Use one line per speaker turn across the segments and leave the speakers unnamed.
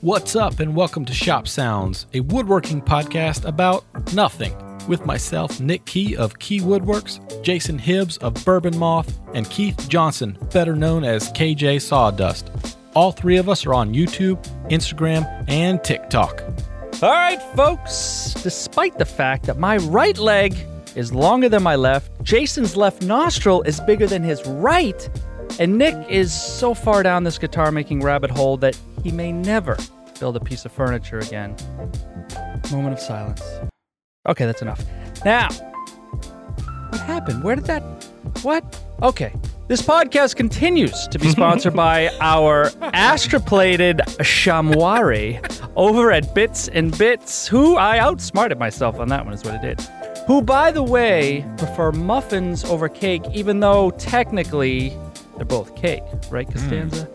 What's up, and welcome to Shop Sounds, a woodworking podcast about nothing. With myself, Nick Key of Key Woodworks, Jason Hibbs of Bourbon Moth, and Keith Johnson, better known as KJ Sawdust. All three of us are on YouTube, Instagram, and TikTok.
All right, folks. Despite the fact that my right leg is longer than my left, Jason's left nostril is bigger than his right, and Nick is so far down this guitar making rabbit hole that he may never build a piece of furniture again. Moment of silence. Okay, that's enough. Now, what happened? Where did that. What? Okay. This podcast continues to be sponsored by our astroplated chamoire over at Bits and Bits, who I outsmarted myself on that one, is what I did. Who, by the way, prefer muffins over cake, even though technically they're both cake, right, Costanza?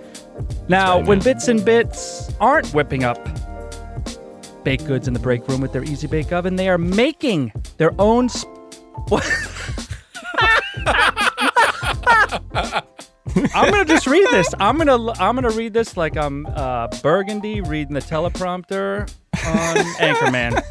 Now, when Bits and Bits aren't whipping up baked goods in the break room with their easy bake oven. They are making their own. Sp- What? I'm gonna just read this. I'm gonna I'm gonna read this like I'm uh, Burgundy reading the teleprompter on Anchorman.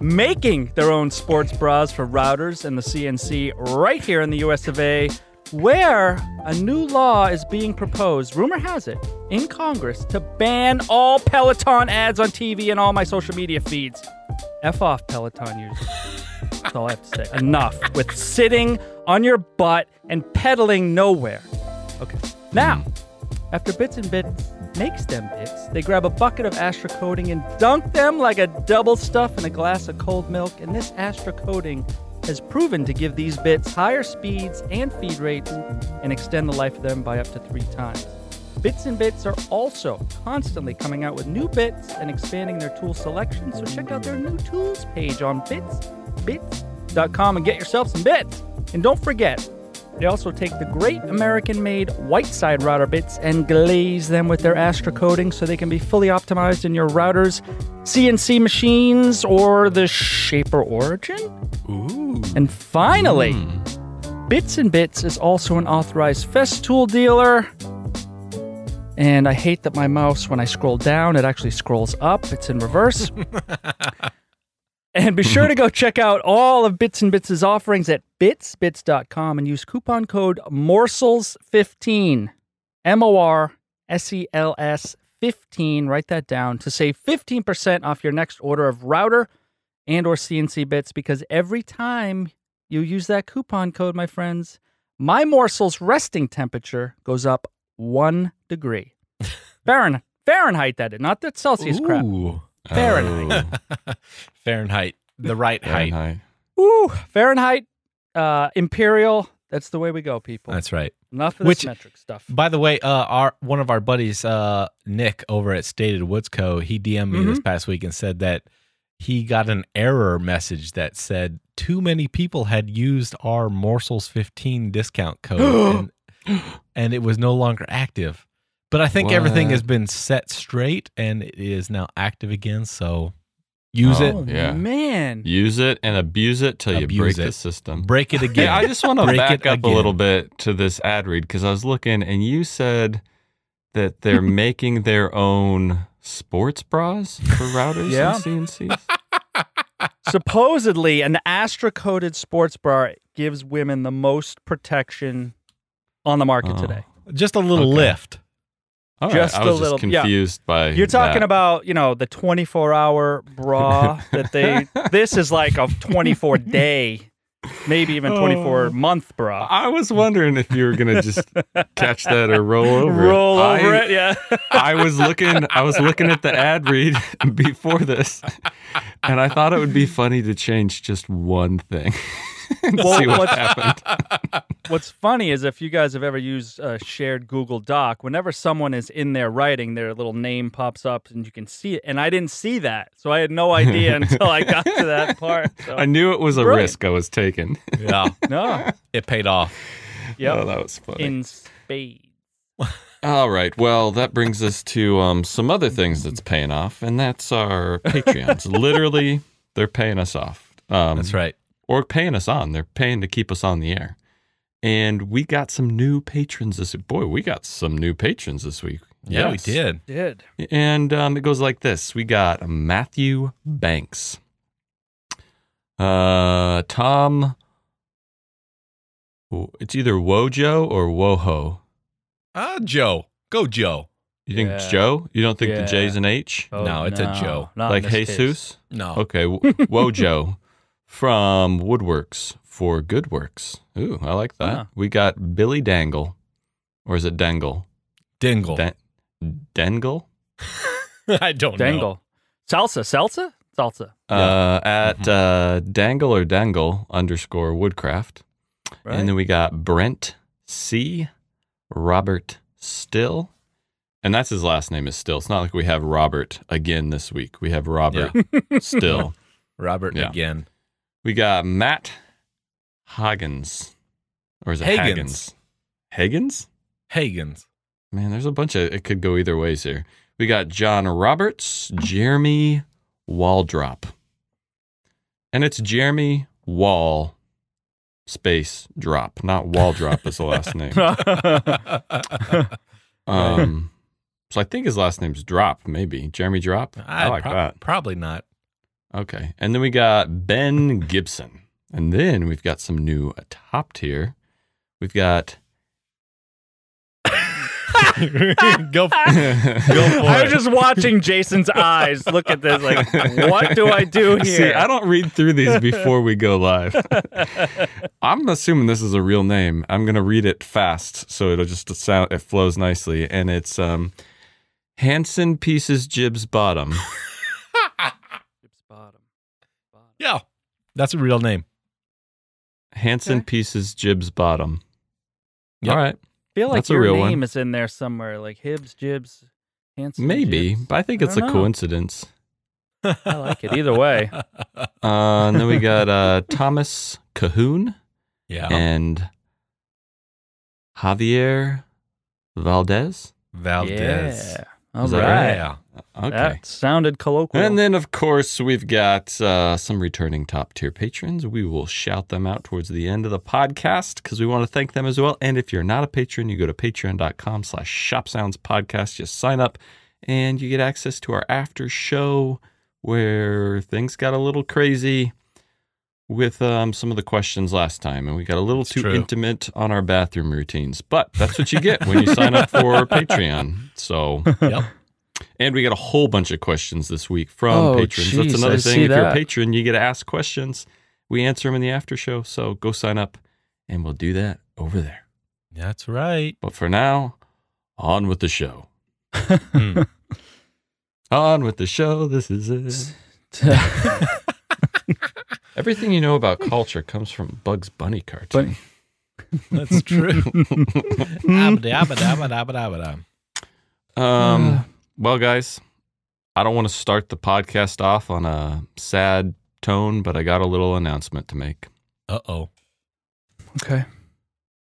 Making their own sports bras for routers and the CNC right here in the U.S. of A. Where a new law is being proposed, rumor has it, in Congress to ban all Peloton ads on TV and all my social media feeds. F off, Peloton users. That's all I have to say. Enough with sitting on your butt and pedaling nowhere. Okay. Now, after Bits and Bits makes them bits, they grab a bucket of Astra coating and dunk them like a double stuff in a glass of cold milk. And this Astra coating has proven to give these bits higher speeds and feed rates and extend the life of them by up to three times. Bits and Bits are also constantly coming out with new bits and expanding their tool selection, so check out their new tools page on bitsbits.com and get yourself some bits. And don't forget, they also take the great American made Whiteside router bits and glaze them with their Astra coating so they can be fully optimized in your router's CNC machines or the Shaper Origin?
Ooh.
And finally, Bits and Bits is also an authorized Festool dealer. And I hate that my mouse, when I scroll down, it actually scrolls up. It's in reverse. and be sure to go check out all of Bits and Bits' offerings at bitsbits.com and use coupon code morsels15, M O R S E L S 15. Write that down to save 15% off your next order of router and or CNC bits because every time you use that coupon code, my friends, my morsel's resting temperature goes up one degree. Fahren- Fahrenheit, that is, not the Celsius crap.
Ooh.
Fahrenheit.
Fahrenheit, the right height.
Fahrenheit.
Ooh, Fahrenheit, uh, imperial. That's the way we go, people.
That's right.
Enough of
Which-
this metric stuff.
By the way, uh, our one of our buddies, uh, Nick over at Stated Woods Co. He DM'd me this past week and said that he got an error message that said too many people had used our Morsels fifteen discount code, and, and it was no longer active. But I think everything
What?
has been set straight and it is now active again. So use
Oh.
oh,
it,
yeah.
man.
Use it and abuse it till you
Abuse
break
it.
the system.
break it
Hey,
again.
I just want to
Break
back
it
up
again.
a little bit to this ad read because I was looking and you said that they're making their own sports bras for routers
Yeah.
and CNCs.
Supposedly, an Astra coated sports bra gives women the most protection on the market
Oh.
today.
Just a little
Okay.
lift.
All right,
Just
I
a
was
little-
just
yeah.
confused by
You're talking
that.
about, you know, the 24 hour bra that they, this is like a 24 day, maybe even 24 month bra.
Oh. I was wondering if you were gonna just catch that or roll over. it.
Roll
I-
over it. Yeah.
I was looking I was looking at the ad read before this and I thought it would be funny to change just one thing and
Well,
see what
what's-
happened.
What's funny is if you guys have ever used a shared Google Doc, whenever someone is in there writing, their little name pops up and you can see it. And I didn't see that. So I had no idea until I got to that part. So,
I knew it was a
Brilliant.
risk I was taking.
Yeah,
no.
it paid off.
Oh,
Yep.
that was funny.
In spades.
All right. Well, that brings us to um, some other things that's paying off, and that's our Patreons. Literally, they're paying us off. Um,
That's right.
or paying us on. They're paying to keep us on the air. And we got some new patrons this boy, we got some new patrons this week.
Yeah, we
Yes.
did.
Did.
And um, it goes like this We got Matthew Banks, uh, Tom, it's either Wojo or Woho.
Ah, Joe. Go, Joe.
You think it's
Yeah.
Joe? You don't think
Yeah.
the J's an H?
No, it's a Joe.
Oh, Not in
like
this
Jesus?
case.
No.
Okay, w- Wojo from Woodworks for Good Works. Ooh, I like that.
Huh.
We got Billy Dangle, or is it Dangle?
Dingle.
Dan- Dangle
I
Oh,
don't know.
Dangle. Salsa. Salsa? Salsa.
uh, at uh, Dangle or Dangle underscore Woodcraft,
Right?
and then we got Brent C. Robert Still, and that's his last name is Still. It's not like we have Robert again this week. We have Robert Still.
Robert
Yeah.
again.
We got Matt Hoggins. Or is it
Hagens.
Haggins? Haggins?
Hagen's.
Man, there's a bunch of it could go either ways here. We got John Roberts, Jeremy Waldrop. And it's Jeremy Wall space drop, not Waldrop is the last name.
I
Um so I think his last name's Drop, maybe. Jeremy Drop. I like
prob-
that.
Probably not.
Okay. And then we got Ben Gibson. And then we've got some new uh, top tier. We've got.
Go. f-
Go
I was just watching Jason's eyes look at this like, what do I do here?
See, I don't read through these before we go live. I'm assuming this is a real name. I'm going to read it fast so it'll just sound, it flows nicely. And it's um, Hanson Pieces Jibs Bottom.
Bottom. Bottom.
yeah. That's a real name.
Hanson
Okay.
Pieces Jibs Bottom.
Yep.
All right.
I feel like
That's a
your
real one.
name is in there somewhere, like Hibs, Jibs, Hanson.
Maybe,
Jibs.
but I think
I
it's
don't
a
know.
coincidence.
I like it either way.
Uh, and then we got uh, Thomas Cahoon
yeah.
Uh-huh.
and Javier Valdez.
Valdez.
Yeah. All
Is that
right.
Yeah.
Okay.
That sounded colloquial.
and then, of course, we've got uh, some returning top tier patrons. We will shout them out towards the end of the podcast because we want to thank them as well. And if you're not a patron, you go to patreon.com slash shop sounds podcast. You sign up and you get access to our after show where things got a little crazy with um, some of the questions last time. And we got a little
It's
too
true.
intimate on our bathroom routines. But that's what you get when you sign up for Patreon. So.
Yep.
And we got a whole bunch of questions this week from
Oh,
patrons.
jeez,
That's another
I
thing.
see
If you're a
that.
patron, you get to ask questions. We answer them in the after show. So go sign up and we'll do that over there.
That's right.
But for now, on with the show.
Hmm.
On with the show. This is it. Everything you know about culture comes from Bugs Bunny cartoon.
That's true. Abba dabba dabba dabba dabba dab.
Uh.
Um, well, guys, I don't want to start the podcast off on a sad tone, but I got a little announcement to make.
Uh oh.
okay.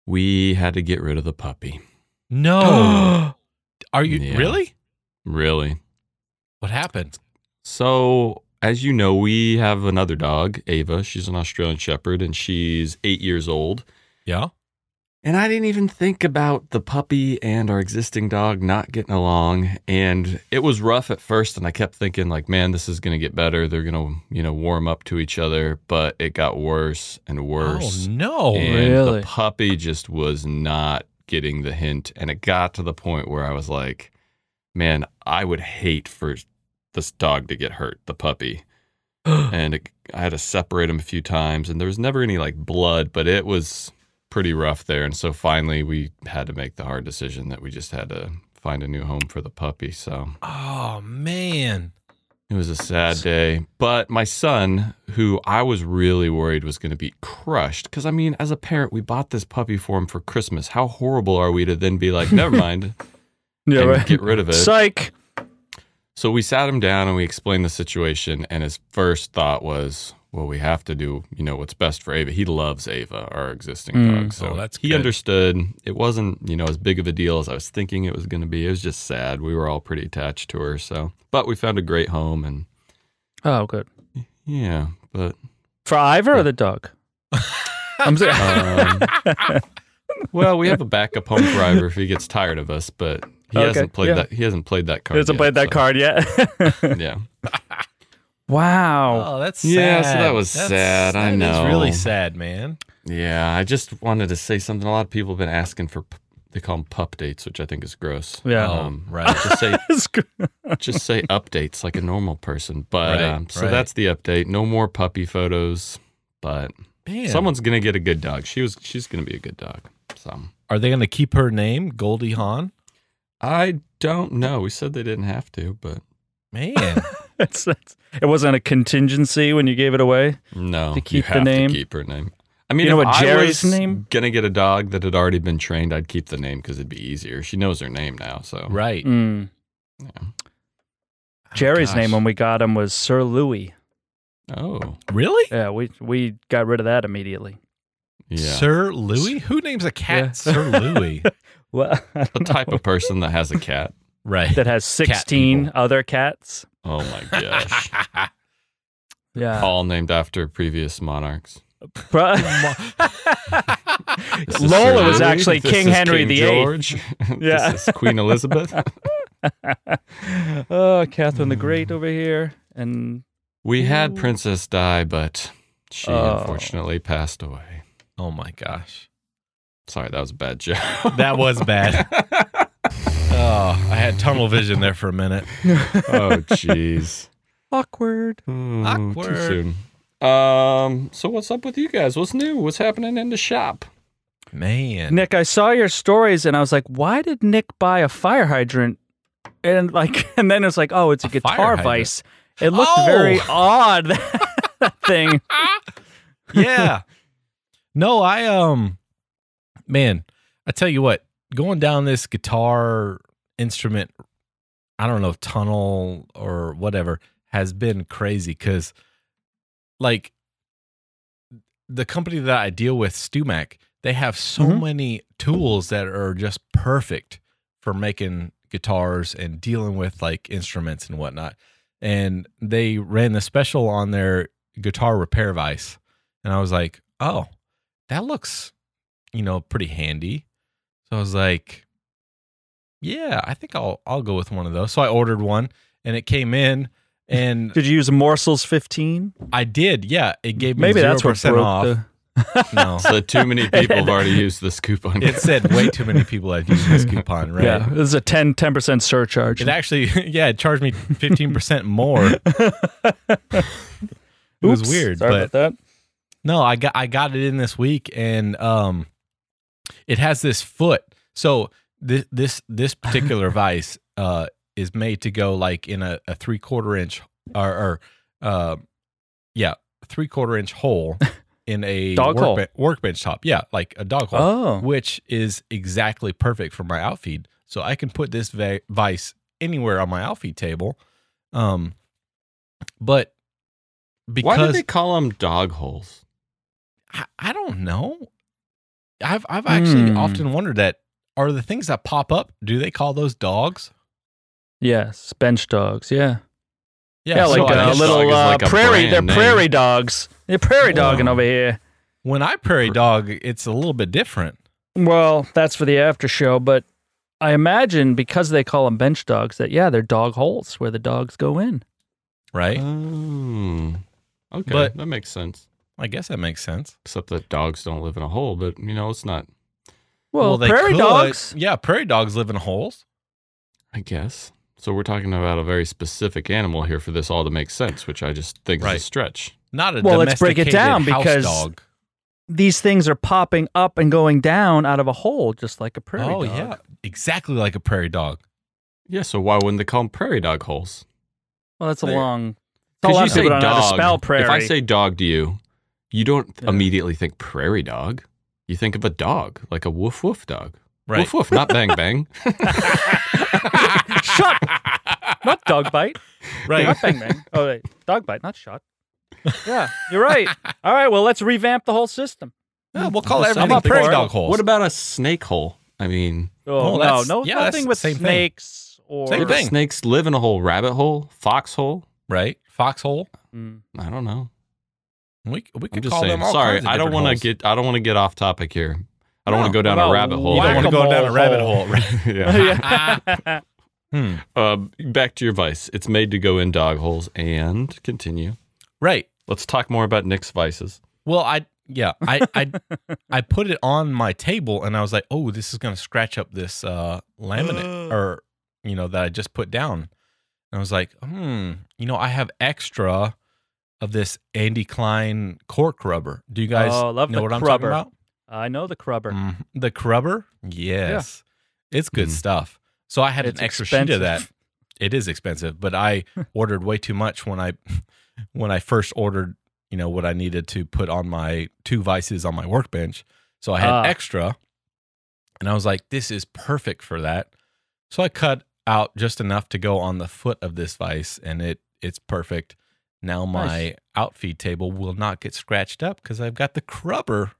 We had to get rid of the puppy.
No. Are you
Yeah.
really?
Really?
What happened?
So, as you know, we have another dog, Ava. She's an Australian Shepherd and she's eight years old.
Yeah.
And I didn't even think about the puppy and our existing dog not getting along. And it was rough at first. And I kept thinking, like, man, this is going to get better. They're going to, you know, warm up to each other. But it got worse and worse.
Oh no.
and
really?
the puppy just was not getting the hint. And it got to the point where I was like, man, I would hate for this dog to get hurt, the puppy. and it, I had to separate him a few times. And there was never any like blood, but it was pretty rough there. And so finally, we had to make the hard decision that we just had to find a new home for the puppy. So.
Oh man.
It was a sad day. But my son, who I was really worried was going to be crushed, because I mean, as a parent, we bought this puppy for him for Christmas. How horrible are we to then be like, never mind,
Yeah,
and
right.
get rid of it?
Psych.
So we sat him down and we explained the situation. And his first thought was, well, we have to do, you know, what's best for Ava. He loves Ava, our existing
Mm.
dog. So
Oh, that's
he
good.
understood. It wasn't, you know, as big of a deal as I was thinking it was going to be. It was just sad. We were all pretty attached to her. So, but we found a great home and
Oh, good.
yeah, but
For Ivor or the dog? I'm sorry.
Uh, Um, well, we have a backup home driver if he gets tired of us, but He
Okay,
hasn't played
yeah.
that. He hasn't played that card.
Hasn't
yet,
played that
so-
card yet.
Yeah.
wow.
Oh, that's sad.
Yeah, so that was
That's-
sad, I
that is
know.
really sad, man.
Yeah. I just wanted to say something. A lot of people have been asking for. p- They call them pup dates, which I think is gross.
Yeah.
Oh,
Um,
right.
Just say
That's good.
just say updates like a normal person. But
Right,
um, so
right.
that's the update. No more puppy photos. But
Man.
someone's gonna get a good dog. She was. She's gonna be a good dog. So
Are they going to keep her name, Goldie Hawn?
I don't know. We said they didn't have to, but
Man.
That's- that's- it wasn't a contingency when you gave it away.
no,
To keep
you
the
have
name?
To keep her name. I mean,
You know
if
what
I
Jerry's
was
name-
Gonna get a dog that had already been trained. I'd keep the name because it'd be easier. She knows her name now, so
right. Oh,
Mm.
Oh,
Jerry's
gosh.
name when we got him was Sir Louis.
Oh,
Really?
Yeah, we we got rid of that immediately.
yeah.
Sir Louis? Who names a cat
Yeah.
Sir Louis?
Well, I
the
don't
type
know.
of person that has a cat.
right.
that has sixteen
people.
other cats.
Oh my gosh!
Yeah,
All named after previous monarchs.
Pro-
This is
Lola
Sir
was
Louis.
actually
This
King
is
Henry
King
VIII.
George.
Yeah.
this is Queen Elizabeth.
oh, Catherine
Hmm.
the Great over here, and
We had
Ooh.
Princess Di, but she
Oh.
unfortunately passed away.
oh my gosh.
Sorry, that was a bad joke.
That was bad. oh, I had tunnel vision there for a minute.
oh, jeez.
awkward.
Oh,
Awkward.
Too soon. Um. So what's up with you guys? What's new? What's happening in the shop?
Man.
Nick, I saw your stories, and I was like, why did Nick buy a fire hydrant? And like, and then it's like, oh, it's a,
A fire
guitar
hydrant.
vice. It looked
Oh!
very odd. that thing.
yeah. No, I um man, I tell you what, going down this guitar instrument I don't know tunnel or whatever has been crazy cuz like the company that I deal with Stumac, they have so
Mhm.
many tools that are just perfect for making guitars and dealing with like instruments and whatnot. And they ran the special on their guitar repair vice and I was like, "Oh, that looks, you know, pretty handy." So I was like, "Yeah, I think I'll I'll go with one of those." So I ordered one, and it came in, and
Did you use Morsels 15?
I did. Yeah, it gave me
Maybe
zero
that's what
percent
broke
off.
the-
No,
So too many people have already used this coupon.
it said way too many people had used this coupon. Right?
Yeah, this is a 10 percent surcharge.
It actually, yeah, it charged me fifteen percent more. It was
Oops,
weird,
Sorry
but
about that.
No, I got I got it in this week, and um, it has this foot. So this this this particular vice uh is made to go like in a, a three quarter inch or, or uh, yeah, three quarter inch hole in a
Dog hole.
workbe- workbench top. Yeah, like a dog hole,
Oh,
which is exactly perfect for my outfeed. So I can put this va- vice anywhere on my outfeed table. Um, but because
Why do they call them dog holes?
I, I don't know. I've I've actually
Hmm.
often wondered that are the things that pop up, do they call those dogs?
yes, bench dogs. Yeah, yeah,
so
like
I
a
guess
uh,
bench
little
dog is
uh,
like a
prairie.
brand
They're
name.
prairie dogs. They're prairie dogging
Wow.
over here.
when I prairie dog, it's a little bit different.
Well, that's for the after show, but I imagine because they call them bench dogs that yeah, they're dog holes where the dogs go in.
Right?
Uh-huh.
Oh, okay,
But-
that makes sense.
I guess that makes sense.
Except that dogs don't live in a hole, but you know it's not.
Well,
they
prairie
could-
dogs.
Yeah, prairie dogs live in holes.
I guess. So we're talking about a very specific animal here for this all to make sense, which I just think
Right.
is a stretch.
Not a
Well, let's break it
domesticated
down
house
because
dog.
These things are popping up and going down out of a hole, just like a prairie
oh
dog.
yeah, exactly like a prairie dog.
Yeah. So why wouldn't they call them prairie dog holes?
Well, that's a
They-
long. It's a
Because
lot
you
of
say
people don't know how to
dog.
spell prairie.
If I say dog to you, you don't
Yeah.
immediately think prairie dog. You think of a dog, like a woof woof dog.
Right.
Woof woof, not bang bang.
shot, not dog bite,
Right.
not bang bang. Oh, wait, dog bite, not shot. Yeah, you're right. All right, well, let's revamp the whole system.
Yeah, we'll call
Just
everything
something
prairie
for it.
dog holes.
what about a snake hole? I mean,
Oh,
Oh, no,
that's-
no,
yeah, that's
nothing with
same thing.
snakes or
Same
do
thing.
snakes live in a hole, rabbit hole, fox hole.
right? Foxhole.
Mm.
I don't know.
We we
I'm
could
just
call
saying.
them all
Sorry,
kinds of
I don't
different
want to
holes.
get I don't want to get off topic here. I don't want to
No.
go down
Wow.
a rabbit hole.
You
Whack
don't want to go down a rabbit hole.
yeah.
Hmm.
Um, back to your vice. It's made to go in dog holes and continue.
Right.
Let's talk more about Nick's vices.
Well, I yeah, I I I put it on my table and I was like, "Oh, this is going to scratch up this uh
Oh.
laminate or you know that I just put down." And I was like, "Hmm, you know, I have extra of this Andy Klein cork rubber. Do you guys
Oh, love
know
the
what I'm
crubber.
talking about?"
I know the crubber.
Mhm. The crubber? Yes. It's good
Mm.
stuff. So I had
It's
an extra sheet
expensive.
of that. It is expensive, but I ordered way too much when I when I first ordered, you know, what I needed to put on my two vices on my workbench. So I had
Ah.
extra. And I was like, this is perfect for that. So I cut out just enough to go on the foot of this vice and it it's perfect. Now my
Nice.
outfeed table will not get scratched up because I've got the crubber.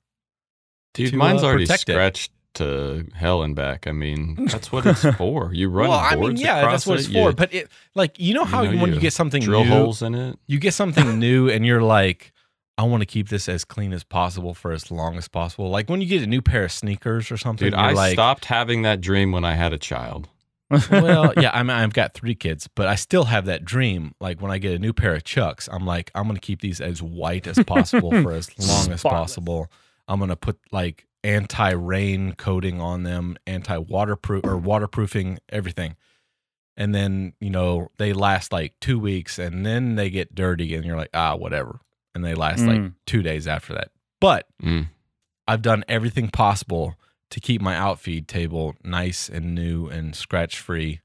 Dude,
To,
mine's
uh,
already
protect it.
scratched to hell and back. I mean, that's what it's for. You run
well, I
boards
mean, yeah,
across
that's what
it,
it's
you
for. But it, like, you know
you
how
know,
when you,
you
get something
drill
new,
holes in it.
you get something new, and you're like, I want to keep this as clean as possible for as long as possible. Like when you get a new pair of sneakers or something,
Dude,
you're
I
like,
stopped having that dream when I had a child.
Mm. well, yeah, I mean, I've got three kids, but I still have that dream. Like when I get a new pair of Chucks, I'm like, I'm gonna keep these as white as possible for as long as
Spotless.
possible. I'm gonna put like anti-rain coating on them, anti-waterproof or waterproofing everything. And then you know they last like two weeks, and then they get dirty, and you're like, ah, whatever. And they last like
Mm.
two days after that. But
Mm.
I've done everything possible to keep my outfeed table nice and new and scratch free.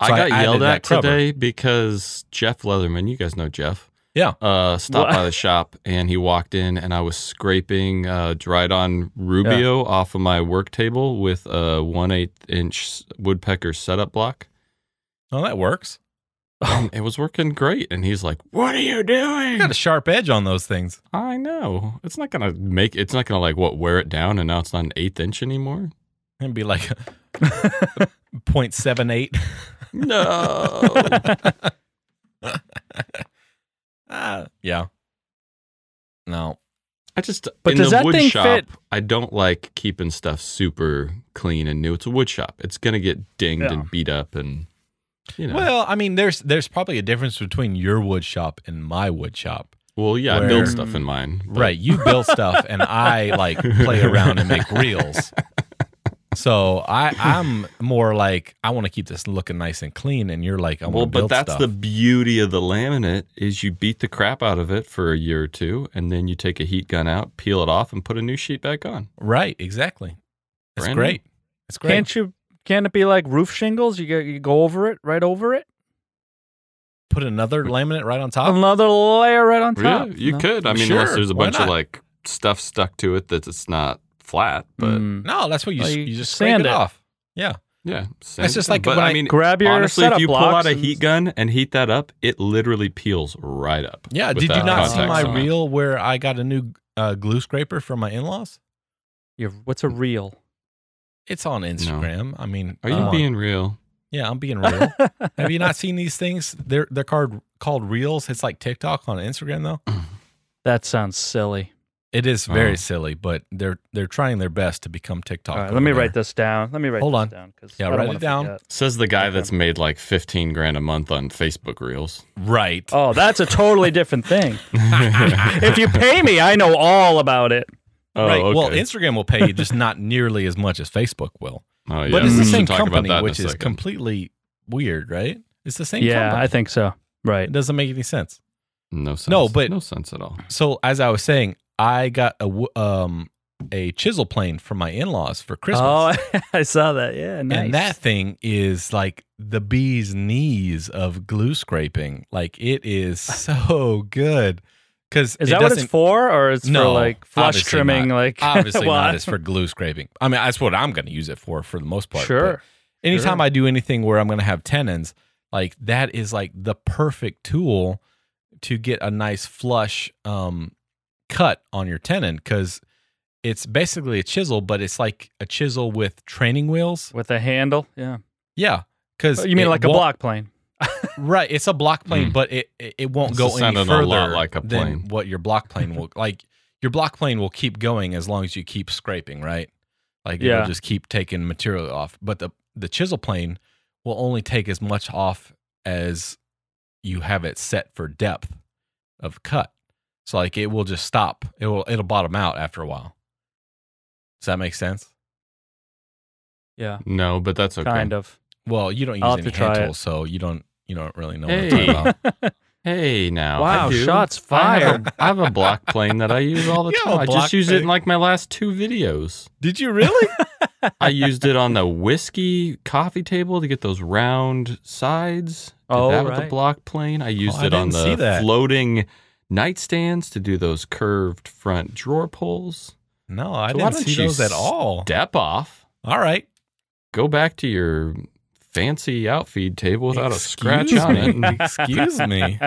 I
So I
got
added
yelled
that
at
crubber.
today because Jeff Leatherman, you guys know Jeff.
Yeah.
Uh, stopped
What?
by the shop and he walked in and I was scraping uh, dried on Rubio off of my work table with a one eighth inch woodpecker setup block.
Oh, that works. Oh.
Um, it was working great. And he's like, What are you doing?
Got a sharp edge on those things.
I know. It's not going to make, it's not going to like, what, wear it down and now it's not an eighth inch anymore?
It'd be like 0.78.
No.
Ah, yeah. No.
I just
But
in
does
the
that
wood
thing
shop,
fit-
I don't like keeping stuff super clean and new. It's a wood shop. It's gonna get dinged
Yeah.
and beat up and you know. Well,
Well, I mean, there's there's probably a difference between your wood shop and my wood shop.
yeah, I
Where-
build stuff in mine. but-
Right. You build stuff and I like play around and make reels. So I I'm more like I want to keep this looking nice and clean, and you're like I want
Well,
to
but
build
that's
stuff.
the beauty of the laminate is you beat the crap out of it for a year or two, and then you take a heat gun out, peel it off, and put a new sheet back on.
right exactly. It's
Brand new.
great. It's great.
Can't you? Can it be like roof shingles? You go, you go over it, right over it.
Put another laminate right on top.
Um,
Another layer right on top.
Yeah, you
No?
could. I mean, unless
Sure,
there's a
why
bunch of
not?
like stuff stuck to it that it's not flat, but
Mm.
No, that's what you
Well,
s-
you
you, just
sand
sand it,
it.
off. Yeah,
yeah,
That's just like
But
when
I
I-
mean,
grab your
Honestly,
setup
if you pull
blocks
out a
and-
heat gun and heat that up, it literally peels right up.
yeah.
with
Did you
that
not see
contact
my
on it.
reel where I got a new uh, glue scraper from my in-laws?
Your- what's a reel?
It's on Instagram. I mean,
Are you
Oh.
come on.
being real?
Yeah, I'm being real. Have you not seen these things? They're they're called called reels. It's like TikTok on Instagram though.
That sounds silly.
It is very
Oh.
silly, but they're they're trying their best to become TikTok.
All right,
over
let me
Oh, there.
write this down. Let me write
Hold
this
on.
down. 'cause
Yeah,
I don't
write
wanna
it down.
forget.
Says the guy
Okay.
that's made like 15 grand a month on Facebook Reels.
Right.
Oh, that's a totally different thing. if you pay me, I know all about it.
Oh,
right. Well,
okay.
Instagram will pay you just not nearly as much as Facebook will.
Oh, yeah.
but it's the
we should
same
talk about
company,
that in a
which is
second.
completely weird, right? It's the same
yeah,
company.
I think so. Right.
it doesn't make any sense.
no sense.
No, but-
no sense at all.
so as I was saying, I got a wo- um a chisel plane from my in laws for Christmas,
Oh, I saw that. Yeah, nice.
and that thing is like the bee's knees of glue scraping. Like it is so good because
is that what it's for, or it's for
No,
like flush
obviously
trimming?
not.
Like
Obviously
Well,
not. It's for glue scraping. I mean, that's what I'm going to use it for for the most part. but
Sure.
anytime
Sure.
I do anything where I'm going to have tenons, like that is like the perfect tool to get a nice flush um, cut on your tenon because it's basically a chisel, but it's like a chisel with training wheels.
With a handle. Yeah.
Yeah, because
Oh, you mean like a block plane?
right? It's a block plane,
Mm.
but it it it won't
This
go
is
any
sounding a
further
lot like a plane.
than what your block plane will like. Your block plane will keep going as long as you keep scraping, right? Like
Yeah.
it'll just keep taking material off. But the the chisel plane will only take as much off as you have it set for depth of cut. So like it will just stop. It will it'll bottom out after a while. Does that make sense?
Yeah,
No, but that's okay.
kind of.
Well, you don't use
I'll have
any
to
hand
try it.
tools, so you don't you don't really know what I'm
Hey.
talking about.
Hey, now.
wow,
I do.
shots
I have,
fired.
a, I have a block plane that I use all the
You have
time.
a
I
block
just use it
plane?
in like my last two videos.
Did you really?
I used it on the whiskey coffee table to get those round sides. Did
Oh,
that with
right.
the block plane. I used
Oh, I
it on
didn't see
the
that.
floating nightstands to do those curved front drawer pulls.
no, I
So why
didn't
don't
see
you
those at all.
Step off.
All right.
Go back to your fancy outfeed table without a scratch
Excuse
on it.
me. Excuse me.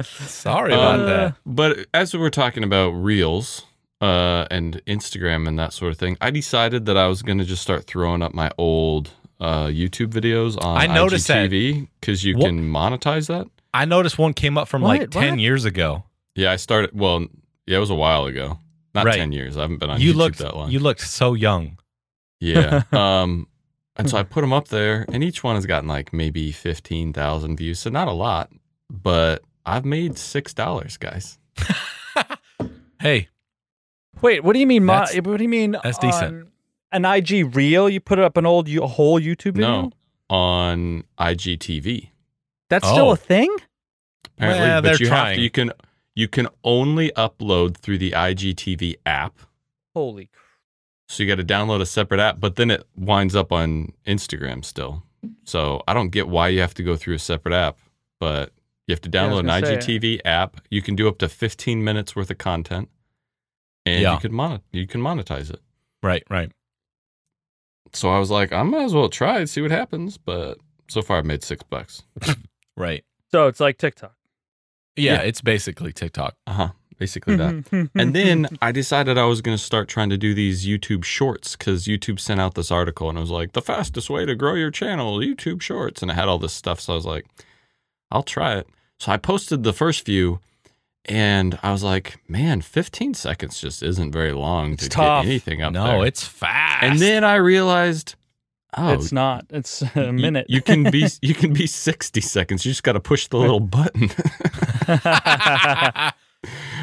Sorry about
Uh,
that.
But as we were talking about reels uh, and Instagram and that sort of thing, I decided that I was going to just start throwing up my old uh, YouTube videos on
I noticed that.
IGTV because you
What-
can monetize that.
I noticed one came up from like
What?
10
What?
years ago.
Yeah, I started. Well, yeah, it was a while ago. Not
Right.
ten years. I haven't been on
You
YouTube
looked
that long.
you looked so young.
yeah. Um, and
Hmm.
so I put them up there, and each one has gotten like maybe fifteen thousand views. So not a lot, but I've made six dollars, guys.
Hey,
Wait, what do you mean? Mo-
That's-
what do you mean?
that's decent.
on An IG reel? You put up an old, you, a whole YouTube video?
No, on IGTV.
that's still
Oh.
a thing.
apparently.
Well,
but
they're
you have
trying.
to, you can you can only upload through the IGTV app.
Holy
So you got to download a separate app, but then it winds up on Instagram still. So I don't get why you have to go through a separate app, but you have to
I was
download
gonna
an
say.
IGTV app. You can do up to 15 minutes worth of content, and
Yeah.
you could mon- you can monetize it.
right, right.
So I was like, I might as well try it, see what happens. But so far, I've made six bucks.
Right.
So it's like TikTok.
Yeah,
Yeah.
it's basically TikTok.
Uh huh. Basically that.
Mm-hmm.
and then I decided I was going to start trying to do these YouTube shorts because YouTube sent out this article and it was like, the fastest way to grow your channel, YouTube shorts. And I had all this stuff. So I was like, I'll try it. So I posted the first few and I was like, man, 15 seconds just isn't very long
It's
to
tough.
get anything up
no,
there.
it's fast.
and then I realized, oh,
it's not. It's a
you-
minute.
you can be you can be 60 seconds. You just got to push the little button.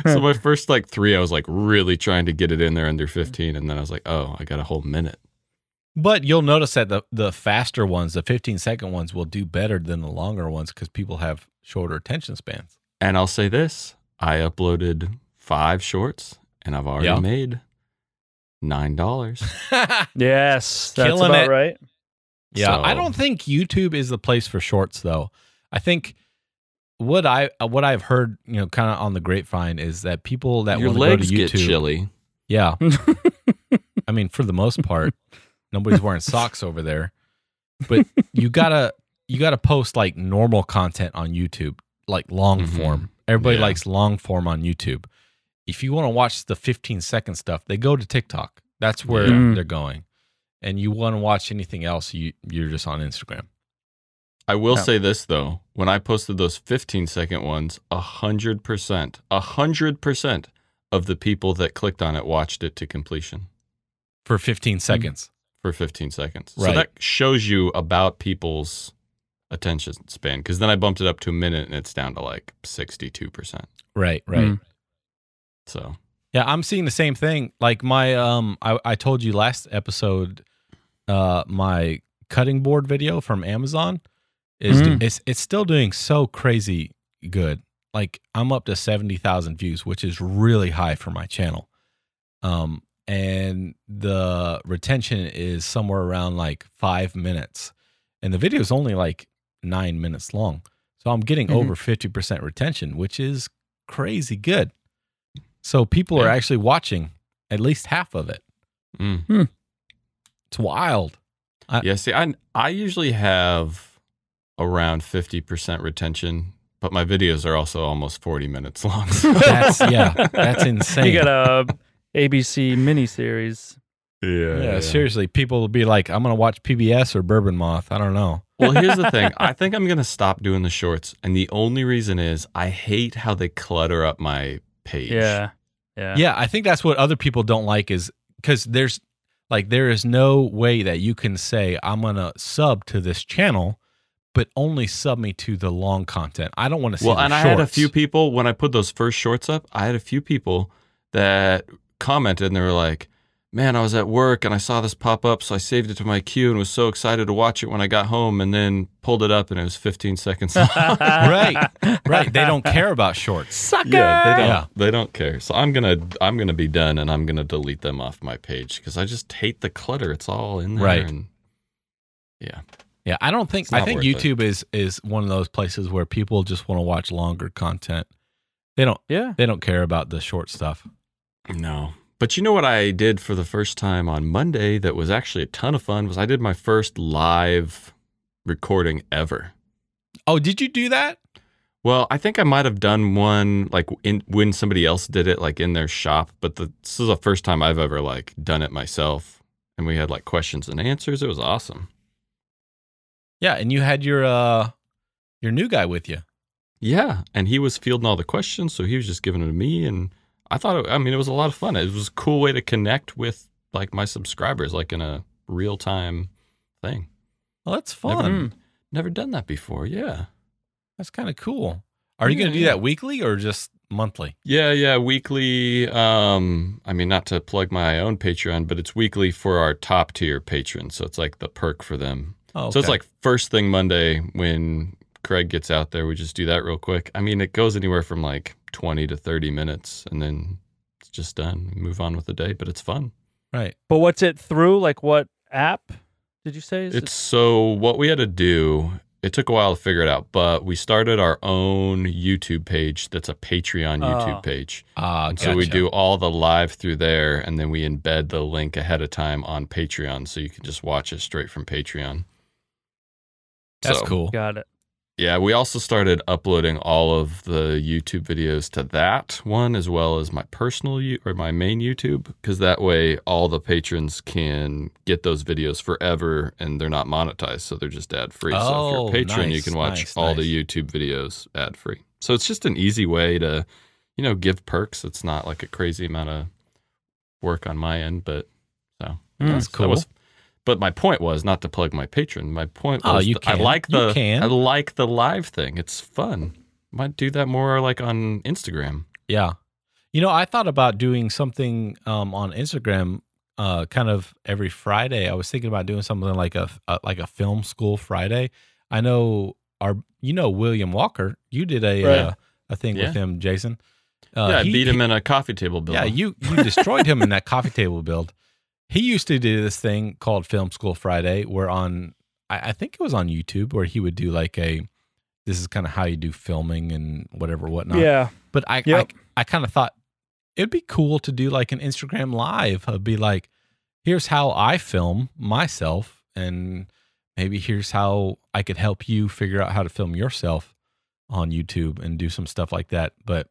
so my first like three, I was like really trying to get it in there under 15, and then I was like, oh, I got a whole minute.
but you'll notice that the the faster ones, the 15 second ones will do better than the longer ones cuz people have shorter attention spans.
And I'll say this: I uploaded five shorts, and I've already
Yeah.
made nine dollars.
yes, that's
Killing
about
it.
right.
Yeah, I
So-
don't think YouTube is the place for shorts though. I think what I what I've heard, you know, kind of on the grapevine is that people that
Your
want to go to
legs get
YouTube,
chilly.
yeah. I mean, for the most part, nobody's wearing socks over there. But you gotta you gotta post like normal content on YouTube, like long
Mhm.
form. Everybody
Yeah.
likes long form on YouTube. If you want to watch the 15 second stuff, they go to TikTok. That's where
Yeah. Mm.
they're going. And you want to watch anything else, you you're just on Instagram.
I will
Yeah.
say this though: when I posted those 15 second ones, a hundred percent, a hundred percent of the people that clicked on it watched it to completion.
for 15 seconds.
for 15 seconds. So
Right.
that shows you about people's attention span because then I bumped it up to a minute and it's down to like 62%.
Right, right.
Mm.
So,
Yeah, I'm seeing the same thing. Like my um I, I told you last episode uh my cutting board video from Amazon is
Mm.
it's it's still doing so crazy good. Like I'm up to 70,000 views, which is really high for my channel. Um and the retention is somewhere around like 5 minutes. And the video is only like 9 minutes long. So I'm getting
Mm-hmm.
Mhm.
over 50% retention, which is crazy good. So people are
Yeah.
actually watching at least half of it.
mm.
It's wild. Uh,
yeah, see, I, I usually have around 50% retention, but my videos are also almost 40 minutes long. So-
That's yeah, that's insane.
You got a ABC miniseries.
yeah,
yeah, seriously, people will be like, "I'm gonna watch PBS or Bourbon Moth." I don't know.
Well, here's the thing. I think I'm going to stop doing the shorts. And the only reason is I hate how they clutter up my page.
Yeah, yeah,
Yeah, I think that's what other people don't like is because there's Like there is no way that you can say I'm gonna sub to this channel, but only sub me to the long content. I don't want to see.
Well,
the
and I had a
shorts.
few people when I put those first shorts up. I had a few people that commented and they were like, "Man, I was at work and I saw this pop up, so I saved it to my queue and was so excited to watch it when I got home, and then pulled it up and it was 15 seconds long."
right, right. They don't care about shorts.
Sucker.
yeah, they don't.
Yeah.
They don't care. So I'm gonna I'm gonna be done and I'm gonna delete them off my page because I just hate the clutter. It's all in there.
Right.
And yeah.
Yeah, I don't think.
It's
I
not
think
worth it.
YouTube is is one of those places where people just want to watch longer content. They don't.
yeah.
They don't care about the short stuff.
No. But you know what I did for the first time on Monday that was actually a ton of fun was I did my first live recording ever.
Oh, did you do that?
Well, I think I might have done one like in, when somebody else did it like in their shop, but the, this is the first time I've ever like done it myself and we had like questions and answers. It was awesome.
Yeah, and you had your uh your new guy with you.
Yeah, and he was fielding all the questions, so he was just giving it to me, and I thought, it, I mean, it was a lot of fun. It was a cool way to connect with like my subscribers, like in a real time thing.
Well, that's
Never-
fun.
Mm.
Never done that before. Yeah,
That's kind of cool. Are you
Yeah,
going to do
yeah.
that weekly or just monthly?
yeah, yeah. Weekly. Um, I mean, not to plug my own Patreon, but it's weekly for our top tier patrons, so it's like the perk for them.
Oh,
So it's
okay.
like first thing Monday when Craig gets out there, we just do that real quick. I mean, it goes anywhere from like 20 to 30 minutes and then it's just done. Move on with the day, but it's fun.
right.
But what's it through? Like what app did you say? Is
It's so what we had to do, it took a while to figure it out, but we started our own YouTube page that's a Patreon YouTube
Oh.
page.
Ah,
And so we
gotcha.
do all the live through there and then we embed the link ahead of time on Patreon so you can just watch it straight from Patreon.
That's
So-
cool.
it? got it.
Yeah, we also started uploading all of the YouTube videos to that one as well as my personal you or my main YouTube because that way all the patrons can get those videos forever and they're not monetized, so they're just ad free. so if you're
Oh,
a patron, you
nice,
can watch
nice,
all
nice.
the YouTube videos ad free. So it's just an easy way to, you know, give perks. It's not like a crazy amount of work on my end, but so
Mm.
That's
that
cool.
was- but my point was not to plug my patron. My point
Oh,
was
you
th-
can.
I like
You
the
can.
I like the live thing. It's fun. Might do that more like on Instagram.
yeah. You know, I thought about doing something um, on Instagram, uh, kind of every Friday. I was thinking about doing something like a, a like a film school Friday. I know our, you know, William Walker. You did a
Right.
uh, a thing
Yeah.
with him, Jason. Uh,
yeah, I
he-
beat him in a coffee table bill.
Yeah, you you destroyed him in that coffee table build. He used to do this thing called Film School Friday, where on I, I think it was on YouTube, where he would do like a this is kind of how you do filming and whatever whatnot.
Yeah.
But I
Yep.
I, I kind of thought it'd be cool to do like an Instagram live. I'd be like, here's how I film myself, and maybe here's how I could help you figure out how to film yourself on YouTube and do some stuff like that. But